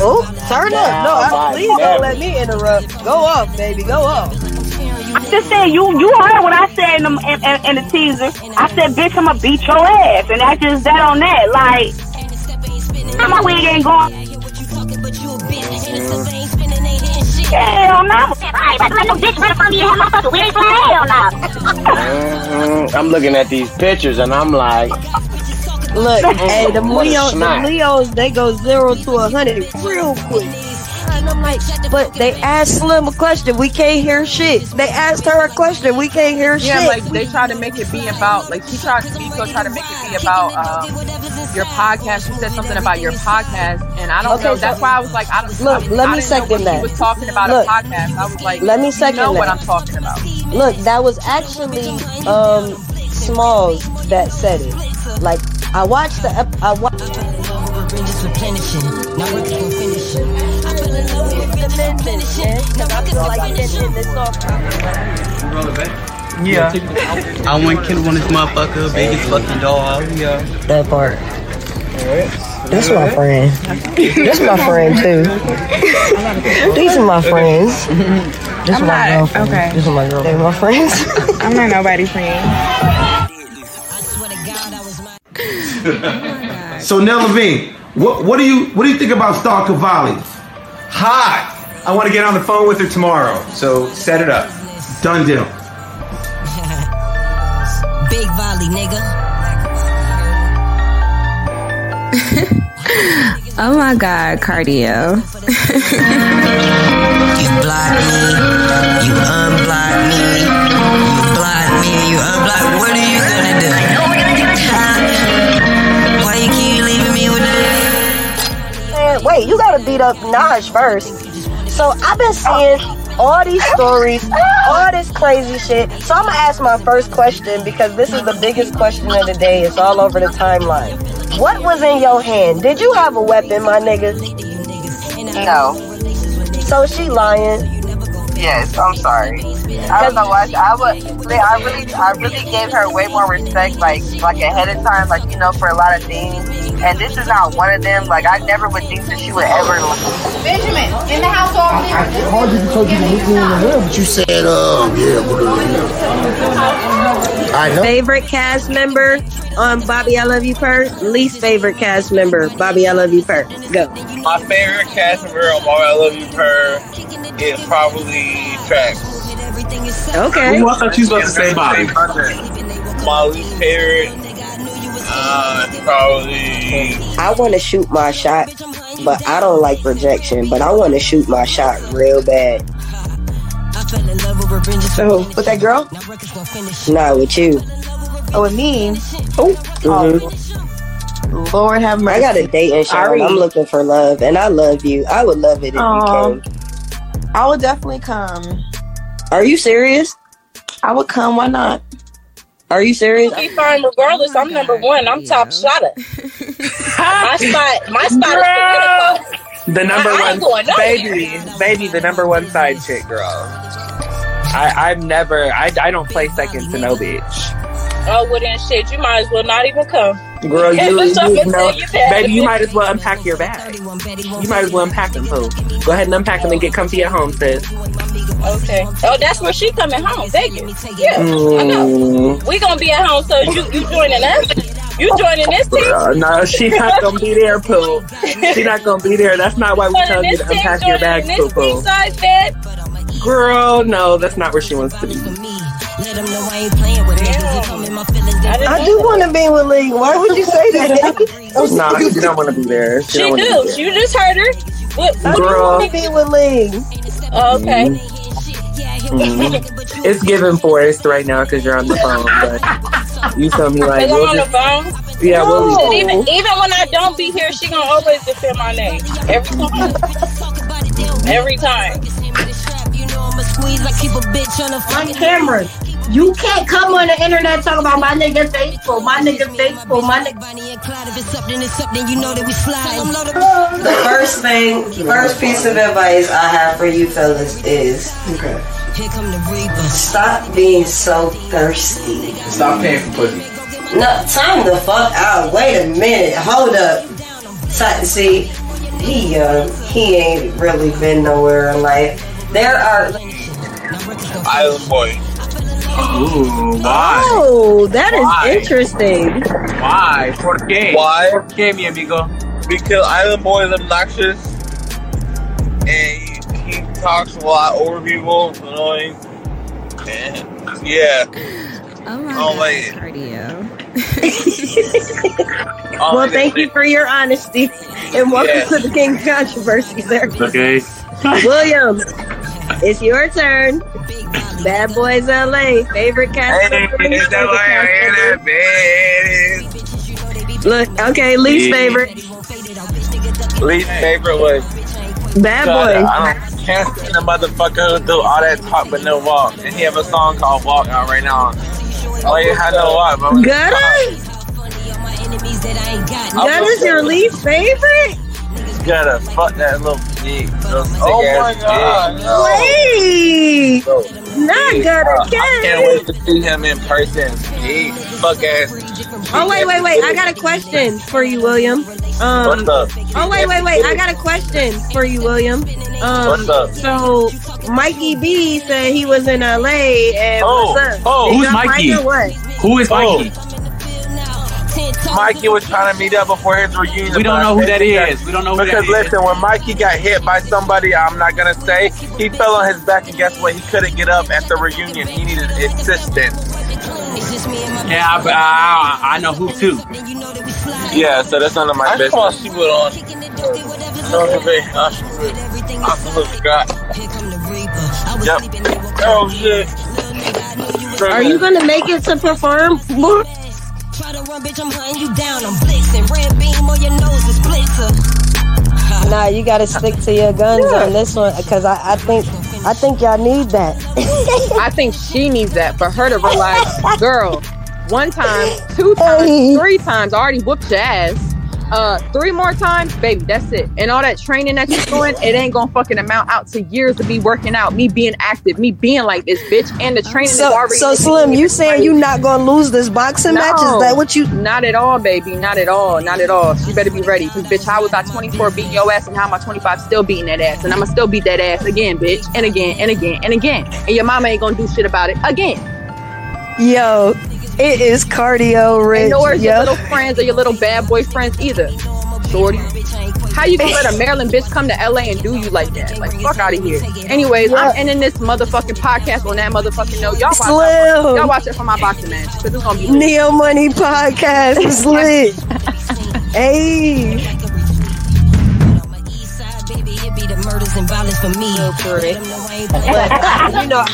[SPEAKER 4] Oh, turn up! No, I,
[SPEAKER 3] Nobody
[SPEAKER 4] please don't
[SPEAKER 3] never.
[SPEAKER 4] let me interrupt. Go off, baby, go off.
[SPEAKER 3] I'm just saying, you you heard what I said in the, in, in, in the teaser. I said, bitch, I'ma beat your ass, and that's just that on that. Like, my wig ain't going. Hell no! I ain't about to let no bitch run up on me and have my fucking wig fly. Hell no!
[SPEAKER 18] Mhm. I'm looking at these pictures and I'm like,
[SPEAKER 4] Look, hey, the
[SPEAKER 18] What a
[SPEAKER 4] Leos, the
[SPEAKER 18] snack.
[SPEAKER 4] Leos, they go zero to a hundred real quick. And I'm like, but they asked Slim a question. We can't hear shit. They asked her a question. We can't hear
[SPEAKER 15] Yeah,
[SPEAKER 4] shit.
[SPEAKER 15] like they try to make it be about like she tried Nico tried to make it be about um your podcast. She said something about your podcast, and I don't
[SPEAKER 4] Okay,
[SPEAKER 15] know.
[SPEAKER 4] so-
[SPEAKER 15] That's why I was like, I don't
[SPEAKER 4] Look,
[SPEAKER 15] I,
[SPEAKER 4] let
[SPEAKER 15] I
[SPEAKER 4] me
[SPEAKER 15] didn't know what
[SPEAKER 4] second that.
[SPEAKER 15] She was talking about
[SPEAKER 4] Look,
[SPEAKER 15] a podcast. I was like,
[SPEAKER 4] let me second
[SPEAKER 15] You know what
[SPEAKER 4] that.
[SPEAKER 15] I'm talking about?
[SPEAKER 4] Look, that was actually um Smalls that said it. Like I watched the ep- I watched.
[SPEAKER 19] Yeah. I one Kindle on this motherfucker, biggest fucking dog. Yeah.
[SPEAKER 4] That part.
[SPEAKER 28] That's my friend. That's my friend too. These are my friends. This
[SPEAKER 29] I'm
[SPEAKER 28] is my
[SPEAKER 29] not-
[SPEAKER 28] girlfriend.
[SPEAKER 29] okay.
[SPEAKER 28] This is my girlfriend. They my friends.
[SPEAKER 29] I'm not nobody's friend.
[SPEAKER 10] So Nell Levine, what what do you what do you think about Star Cavalli?
[SPEAKER 30] Hi, I want to get on the phone with her tomorrow, so set it up.
[SPEAKER 10] Done deal.
[SPEAKER 19] Big volley, nigga.
[SPEAKER 29] Oh my god, cardio.
[SPEAKER 19] You block me, you unblock me, you block me, you unblock. What are you gonna do? Huh? Why you keep leaving me with that?
[SPEAKER 4] Man, wait, you gotta beat up Naj first. So I've been seeing all these stories, all this crazy shit. So I'm gonna ask my first question because this is the biggest question of the day. It's all over the timeline. What was in your hand? Did you have a weapon, my nigga? No. So she lying.
[SPEAKER 3] Yes, I'm sorry. I don't know why. I would. I really, I really gave her way more respect, like, like ahead of time, like you know, for a lot of things. And this is not one of them. Like, I never would think that she would ever.
[SPEAKER 31] Benjamin, in the house all
[SPEAKER 3] called you because you
[SPEAKER 31] were
[SPEAKER 3] in the room.
[SPEAKER 32] But you said, um, yeah, what the- I know.
[SPEAKER 33] Favorite cast member on Bobby I Love You Perk. Least favorite cast member, Bobby I Love You Perk. Go.
[SPEAKER 8] My favorite cast member of All I Love You Per is probably Trax.
[SPEAKER 33] Okay.
[SPEAKER 8] Who I thought you was about to say Bobby. My least favorite, uh, is probably.
[SPEAKER 4] I want to shoot my shot, but I don't like rejection. But I want to shoot my shot real bad. So with that girl? Nah, with you.
[SPEAKER 29] Oh, with me?
[SPEAKER 4] Oh.
[SPEAKER 29] Lord have mercy.
[SPEAKER 4] I got a date in Charlotte.
[SPEAKER 29] Ari.
[SPEAKER 4] I'm looking for love, and I love you. I would love it if
[SPEAKER 29] Aw.
[SPEAKER 4] you came.
[SPEAKER 29] I would definitely come.
[SPEAKER 4] Are you serious?
[SPEAKER 29] I would come. Why not?
[SPEAKER 4] Are you serious?
[SPEAKER 7] be fine regardless. I'm number one. I'm top shotter. my spot, my spot is the pinnacle.
[SPEAKER 17] The number
[SPEAKER 7] I- I ain't
[SPEAKER 17] one
[SPEAKER 7] going nowhere.
[SPEAKER 17] baby, baby, the number one side chick girl. I, I've never, I, I don't play second to no bitch.
[SPEAKER 7] Oh, well then, shit, you might as well not even come.
[SPEAKER 17] Girl,
[SPEAKER 7] If
[SPEAKER 17] you,
[SPEAKER 7] it's up
[SPEAKER 17] you
[SPEAKER 7] until
[SPEAKER 17] know,
[SPEAKER 7] you pass
[SPEAKER 17] baby,
[SPEAKER 7] the
[SPEAKER 17] you might as well unpack your bag. You might as well unpack them, boo. Go ahead and unpack them and get comfy at home, sis.
[SPEAKER 7] Okay. Oh, that's where she coming home, Vegas. Yeah, I know.
[SPEAKER 17] Mm.
[SPEAKER 7] We gonna be at home, so you you joining us? You joining this team?
[SPEAKER 17] Girl, no, she not gonna be there, poo. She not gonna be there. That's not why we
[SPEAKER 7] Joining
[SPEAKER 17] tell you
[SPEAKER 7] this
[SPEAKER 17] to
[SPEAKER 7] team,
[SPEAKER 17] unpack your
[SPEAKER 7] joining
[SPEAKER 17] bags,
[SPEAKER 7] this
[SPEAKER 17] poo,
[SPEAKER 7] team
[SPEAKER 17] poo.
[SPEAKER 7] side, man.
[SPEAKER 17] Girl, no, that's not where she wants to be.
[SPEAKER 19] Let 'em know I ain't playing with niggas. You come in my feelings, then
[SPEAKER 4] I do want to be with Lee. Why would you say that?
[SPEAKER 17] No, nah, she don't want to be there. She,
[SPEAKER 7] She
[SPEAKER 17] don't wanna
[SPEAKER 7] do. You just heard her. What?
[SPEAKER 4] I do
[SPEAKER 17] Girl. Oh,
[SPEAKER 4] want to be with Lee.
[SPEAKER 7] Okay.
[SPEAKER 17] Mhm. It's giving forest right now because you're on the phone. But you feel me like
[SPEAKER 7] Because
[SPEAKER 17] we'll
[SPEAKER 7] I'm on the
[SPEAKER 17] just,
[SPEAKER 7] phone.
[SPEAKER 17] yeah, we'll
[SPEAKER 7] Shit, even even when I don't be here, she gonna always defend my name every time. every time.
[SPEAKER 19] I'ma squeeze like keep a bitch on the
[SPEAKER 34] on camera. You can't come on the internet talking about my nigga faithful, my nigga faithful, my nigga.
[SPEAKER 19] The
[SPEAKER 33] first thing,
[SPEAKER 19] first piece of
[SPEAKER 33] advice I have for you fellas is stop being so thirsty.
[SPEAKER 35] Stop paying for pussy.
[SPEAKER 33] No, time the fuck out. Wait a minute. Hold up.
[SPEAKER 4] So- See, he
[SPEAKER 33] uh,
[SPEAKER 4] young. He ain't really been nowhere in life. There are.
[SPEAKER 8] Island Boy.
[SPEAKER 17] Ooh,
[SPEAKER 33] Oh, that is
[SPEAKER 8] Why?
[SPEAKER 33] interesting.
[SPEAKER 8] Why? Por qué? Why? Por qué, mi amigo? Because Island Boy is obnoxious and he, he talks a lot over people, it's annoying. And yeah.
[SPEAKER 33] Oh
[SPEAKER 8] I don't like it.
[SPEAKER 35] Oh,
[SPEAKER 8] I
[SPEAKER 33] Well,
[SPEAKER 8] don't like
[SPEAKER 33] thank you for your honesty and welcome
[SPEAKER 8] Yes.
[SPEAKER 33] to the King Controversy, sir.
[SPEAKER 8] Okay.
[SPEAKER 33] William, it's your turn. Bad Boys LA, favorite cast member. least favorite cast member. Look, okay, least
[SPEAKER 8] Yeah.
[SPEAKER 33] favorite.
[SPEAKER 8] Least favorite was
[SPEAKER 33] Bad
[SPEAKER 8] God,
[SPEAKER 33] Boys.
[SPEAKER 8] I don't- can't stand a motherfucker who do all that talk but no walk. And he have a song called Walk out right now. Oh, you had no walk, but
[SPEAKER 33] Gutter? Gutter's your least favorite?
[SPEAKER 8] gotta fuck that little dick. Oh
[SPEAKER 33] my
[SPEAKER 8] god!
[SPEAKER 33] Wait! Not Gutter
[SPEAKER 8] I
[SPEAKER 33] Cat!
[SPEAKER 8] can't wait to see him in person. Big fuck ass.
[SPEAKER 33] Oh, wait, wait, wait. I got a question for you, William.
[SPEAKER 36] Um,
[SPEAKER 8] What's up?
[SPEAKER 36] Oh wait, wait, wait! I got a question for you, William. Um,
[SPEAKER 8] What's up?
[SPEAKER 36] So Mikey B said he was in LA, and
[SPEAKER 8] Oh,
[SPEAKER 36] what's up?
[SPEAKER 8] oh,
[SPEAKER 36] Did
[SPEAKER 8] who's
[SPEAKER 36] y'all fight
[SPEAKER 8] Mikey?
[SPEAKER 36] or what?
[SPEAKER 8] Who is Mikey? Mikey was trying to meet up before his reunion.
[SPEAKER 10] We don't
[SPEAKER 8] but
[SPEAKER 10] know
[SPEAKER 8] I
[SPEAKER 10] who
[SPEAKER 8] think
[SPEAKER 10] that
[SPEAKER 8] he got-
[SPEAKER 10] is. We don't know who that
[SPEAKER 8] because
[SPEAKER 10] is.
[SPEAKER 8] listen, when Mikey got hit by somebody, I'm not gonna say he fell on his back, and guess what? He couldn't get up at the reunion. He needed assistance.
[SPEAKER 10] Yeah, I, I, I know who too.
[SPEAKER 8] Yeah, so that's none of my business.
[SPEAKER 10] thought
[SPEAKER 8] she would on. Yep. Oh shit.
[SPEAKER 36] Are you gonna make it to perform? more?
[SPEAKER 19] Try to run, bitch, I'm hunting you down. I'm blitzing. Red beam on your nose is blitzer.
[SPEAKER 4] Nah, you gotta stick to your guns on this one because I, I think I think y'all need that.
[SPEAKER 15] I think she needs that for her to realize, girl, one time, two times, three times, I already whooped your ass. Uh, three more times, baby, that's it. And all that training that you're doing, it ain't gonna fucking amount out to years of me working out, me being active, me being like this bitch, and the training is
[SPEAKER 4] So,
[SPEAKER 15] already.
[SPEAKER 4] so Slim, you saying you not gonna lose this boxing match? Is that what you?
[SPEAKER 15] Not at all, baby. Not at all. Not at all. She better be ready. Cause bitch, how was I 24 beating your ass and how am I 25 still beating that ass? And I'ma still beat that ass again, bitch. And again and again and again. And your mama ain't gonna do shit about it again.
[SPEAKER 4] Yo, it is cardio
[SPEAKER 15] And
[SPEAKER 4] rich.
[SPEAKER 15] nor is your
[SPEAKER 4] Yo.
[SPEAKER 15] little friends or your little bad boy friends either. Shorty. How you gonna let a Maryland bitch come to LA and do you like that? Like fuck out of here. Anyways, I'm ending this motherfucking podcast on that motherfucking note. Y'all watch, out for-
[SPEAKER 4] Slim.
[SPEAKER 15] y'all watch it for my boxing match. Cause it's gonna be lit.
[SPEAKER 4] Neo Money Podcast is lit. hey.
[SPEAKER 19] Baby, it be the murders and violence for me.
[SPEAKER 36] But, you know,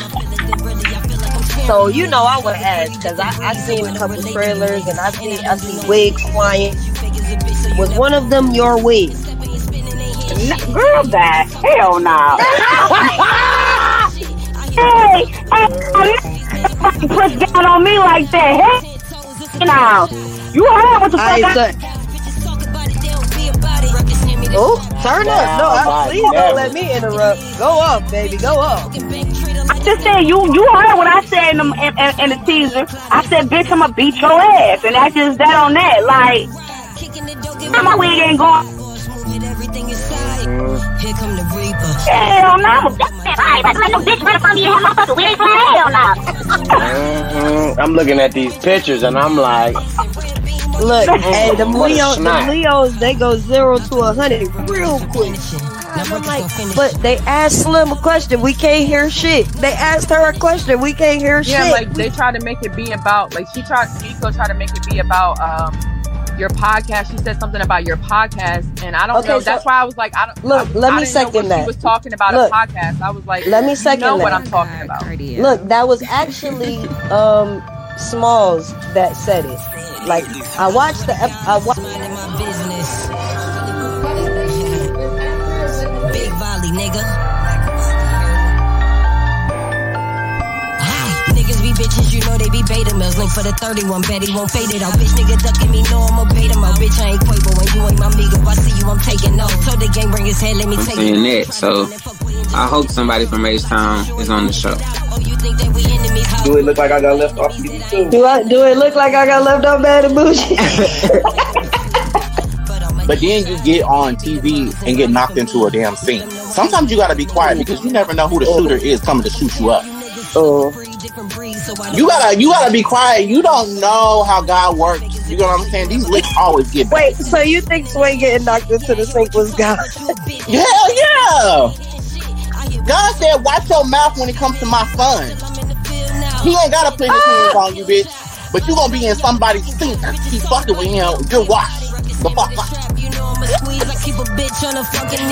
[SPEAKER 36] so you know, I would ask because I I seen a couple trailers and I seen I see wigs flying. Was one of them your wig?
[SPEAKER 3] Girl, that hell no. hey, hey, push down on me like that. Hey, now you heard what the fuck? I,
[SPEAKER 4] Oh, turn up. No,
[SPEAKER 3] Oh,
[SPEAKER 4] I,
[SPEAKER 3] my
[SPEAKER 4] please don't
[SPEAKER 3] God.
[SPEAKER 4] let me interrupt. Go up, baby. Go up.
[SPEAKER 3] I just said you. You heard what I said in the in, in, in the teaser. I said, bitch, I'ma beat your ass, and that's just that on that. Like, my wig ain't going.
[SPEAKER 19] Here come the reaper.
[SPEAKER 3] Hell no. I ain't about to let no bitch run up on me and have my fucking wig. Hell no.
[SPEAKER 18] Mhm. I'm looking at these pictures and I'm like,
[SPEAKER 4] Look, hey, the
[SPEAKER 18] What a
[SPEAKER 4] Leos, the
[SPEAKER 18] snack.
[SPEAKER 4] Leos, they go zero to a hundred real quick. And I'm like, but they asked Slim a question. We can't hear shit. They asked her a question. We can't hear
[SPEAKER 15] Yeah,
[SPEAKER 4] shit.
[SPEAKER 15] like they try to make it be about like she tried Nico tried to make it be about um your podcast. She said something about your podcast, and I don't
[SPEAKER 4] Okay,
[SPEAKER 15] know.
[SPEAKER 4] so-
[SPEAKER 15] That's why I was like, I don't
[SPEAKER 4] Look,
[SPEAKER 15] I-
[SPEAKER 4] let
[SPEAKER 15] I
[SPEAKER 4] me
[SPEAKER 15] didn't know
[SPEAKER 4] second
[SPEAKER 15] what
[SPEAKER 4] that.
[SPEAKER 15] She was talking about
[SPEAKER 4] Look,
[SPEAKER 15] a podcast. I was like,
[SPEAKER 4] let me second
[SPEAKER 15] You know what
[SPEAKER 4] that.
[SPEAKER 15] I'm talking about?
[SPEAKER 4] Look, that was actually um Smalls that said it. Like I watched the ep- I watched
[SPEAKER 19] Big volley, nigga. Hi, Niggas be bitches, you know they be beta males. Link for the 31, Betty won't fade it out. Bitch, nigga ducking me, know I'm a beta male. Bitch, I ain't Quavo and you ain't my amigo. I see you, I'm taking no. Told the game, bring his head, let me
[SPEAKER 16] I'm
[SPEAKER 19] take
[SPEAKER 16] saying
[SPEAKER 19] it.
[SPEAKER 16] that, so I hope somebody from H Town is on the show.
[SPEAKER 8] Do it look like I got left off TV too?
[SPEAKER 4] Do I do it look like I got left out bad and bougie?
[SPEAKER 23] But then you get on TV and get knocked into a damn scene. Sometimes you gotta be quiet because you never know who the shooter is coming to shoot you up.
[SPEAKER 4] Uh-huh.
[SPEAKER 23] You gotta you gotta be quiet. You don't know how God works. You know what I'm saying? These licks always get back.
[SPEAKER 4] Wait, so you think Sway getting knocked into the sink was God?
[SPEAKER 23] Hell yeah! God said, watch your mouth when it comes to my son. He ain't gotta put his
[SPEAKER 4] Ah!
[SPEAKER 23] hands on you, bitch. But you gonna be in somebody's sink. Keep fucking with him. You're washed. The fuck up.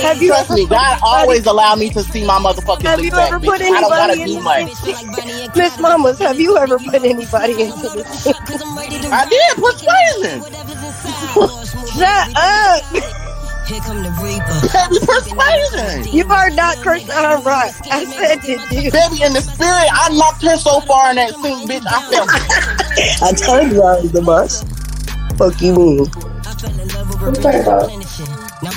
[SPEAKER 19] Have
[SPEAKER 4] you
[SPEAKER 23] Trust
[SPEAKER 4] ever
[SPEAKER 23] me,
[SPEAKER 4] put
[SPEAKER 23] God
[SPEAKER 4] anybody-
[SPEAKER 23] always allow me to see my motherfucking
[SPEAKER 4] Have
[SPEAKER 23] six
[SPEAKER 4] you
[SPEAKER 23] pack,
[SPEAKER 4] ever
[SPEAKER 23] bitch.
[SPEAKER 4] put
[SPEAKER 23] I don't
[SPEAKER 4] anybody
[SPEAKER 23] gotta do
[SPEAKER 4] in
[SPEAKER 23] much.
[SPEAKER 4] the sink? Miss Mamas, have you ever put anybody into the sink?
[SPEAKER 23] I did put Sway in.
[SPEAKER 4] Shut up!
[SPEAKER 19] Here come the
[SPEAKER 23] Baby persuasion.
[SPEAKER 4] You are not cursed on a rock. I said to you.
[SPEAKER 23] Baby, in the spirit, I knocked her so far in that sink, bitch. I felt
[SPEAKER 4] I told you I was the boss. Fuck you mean?
[SPEAKER 19] Now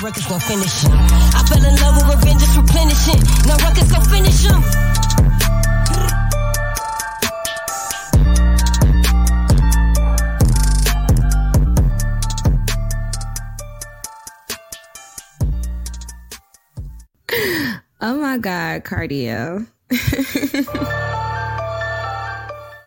[SPEAKER 19] Ruckus gon' finish him. I fell in love with revenge, just replenishing. Now Ruckus gon' finish him.
[SPEAKER 3] Oh my God, cardio.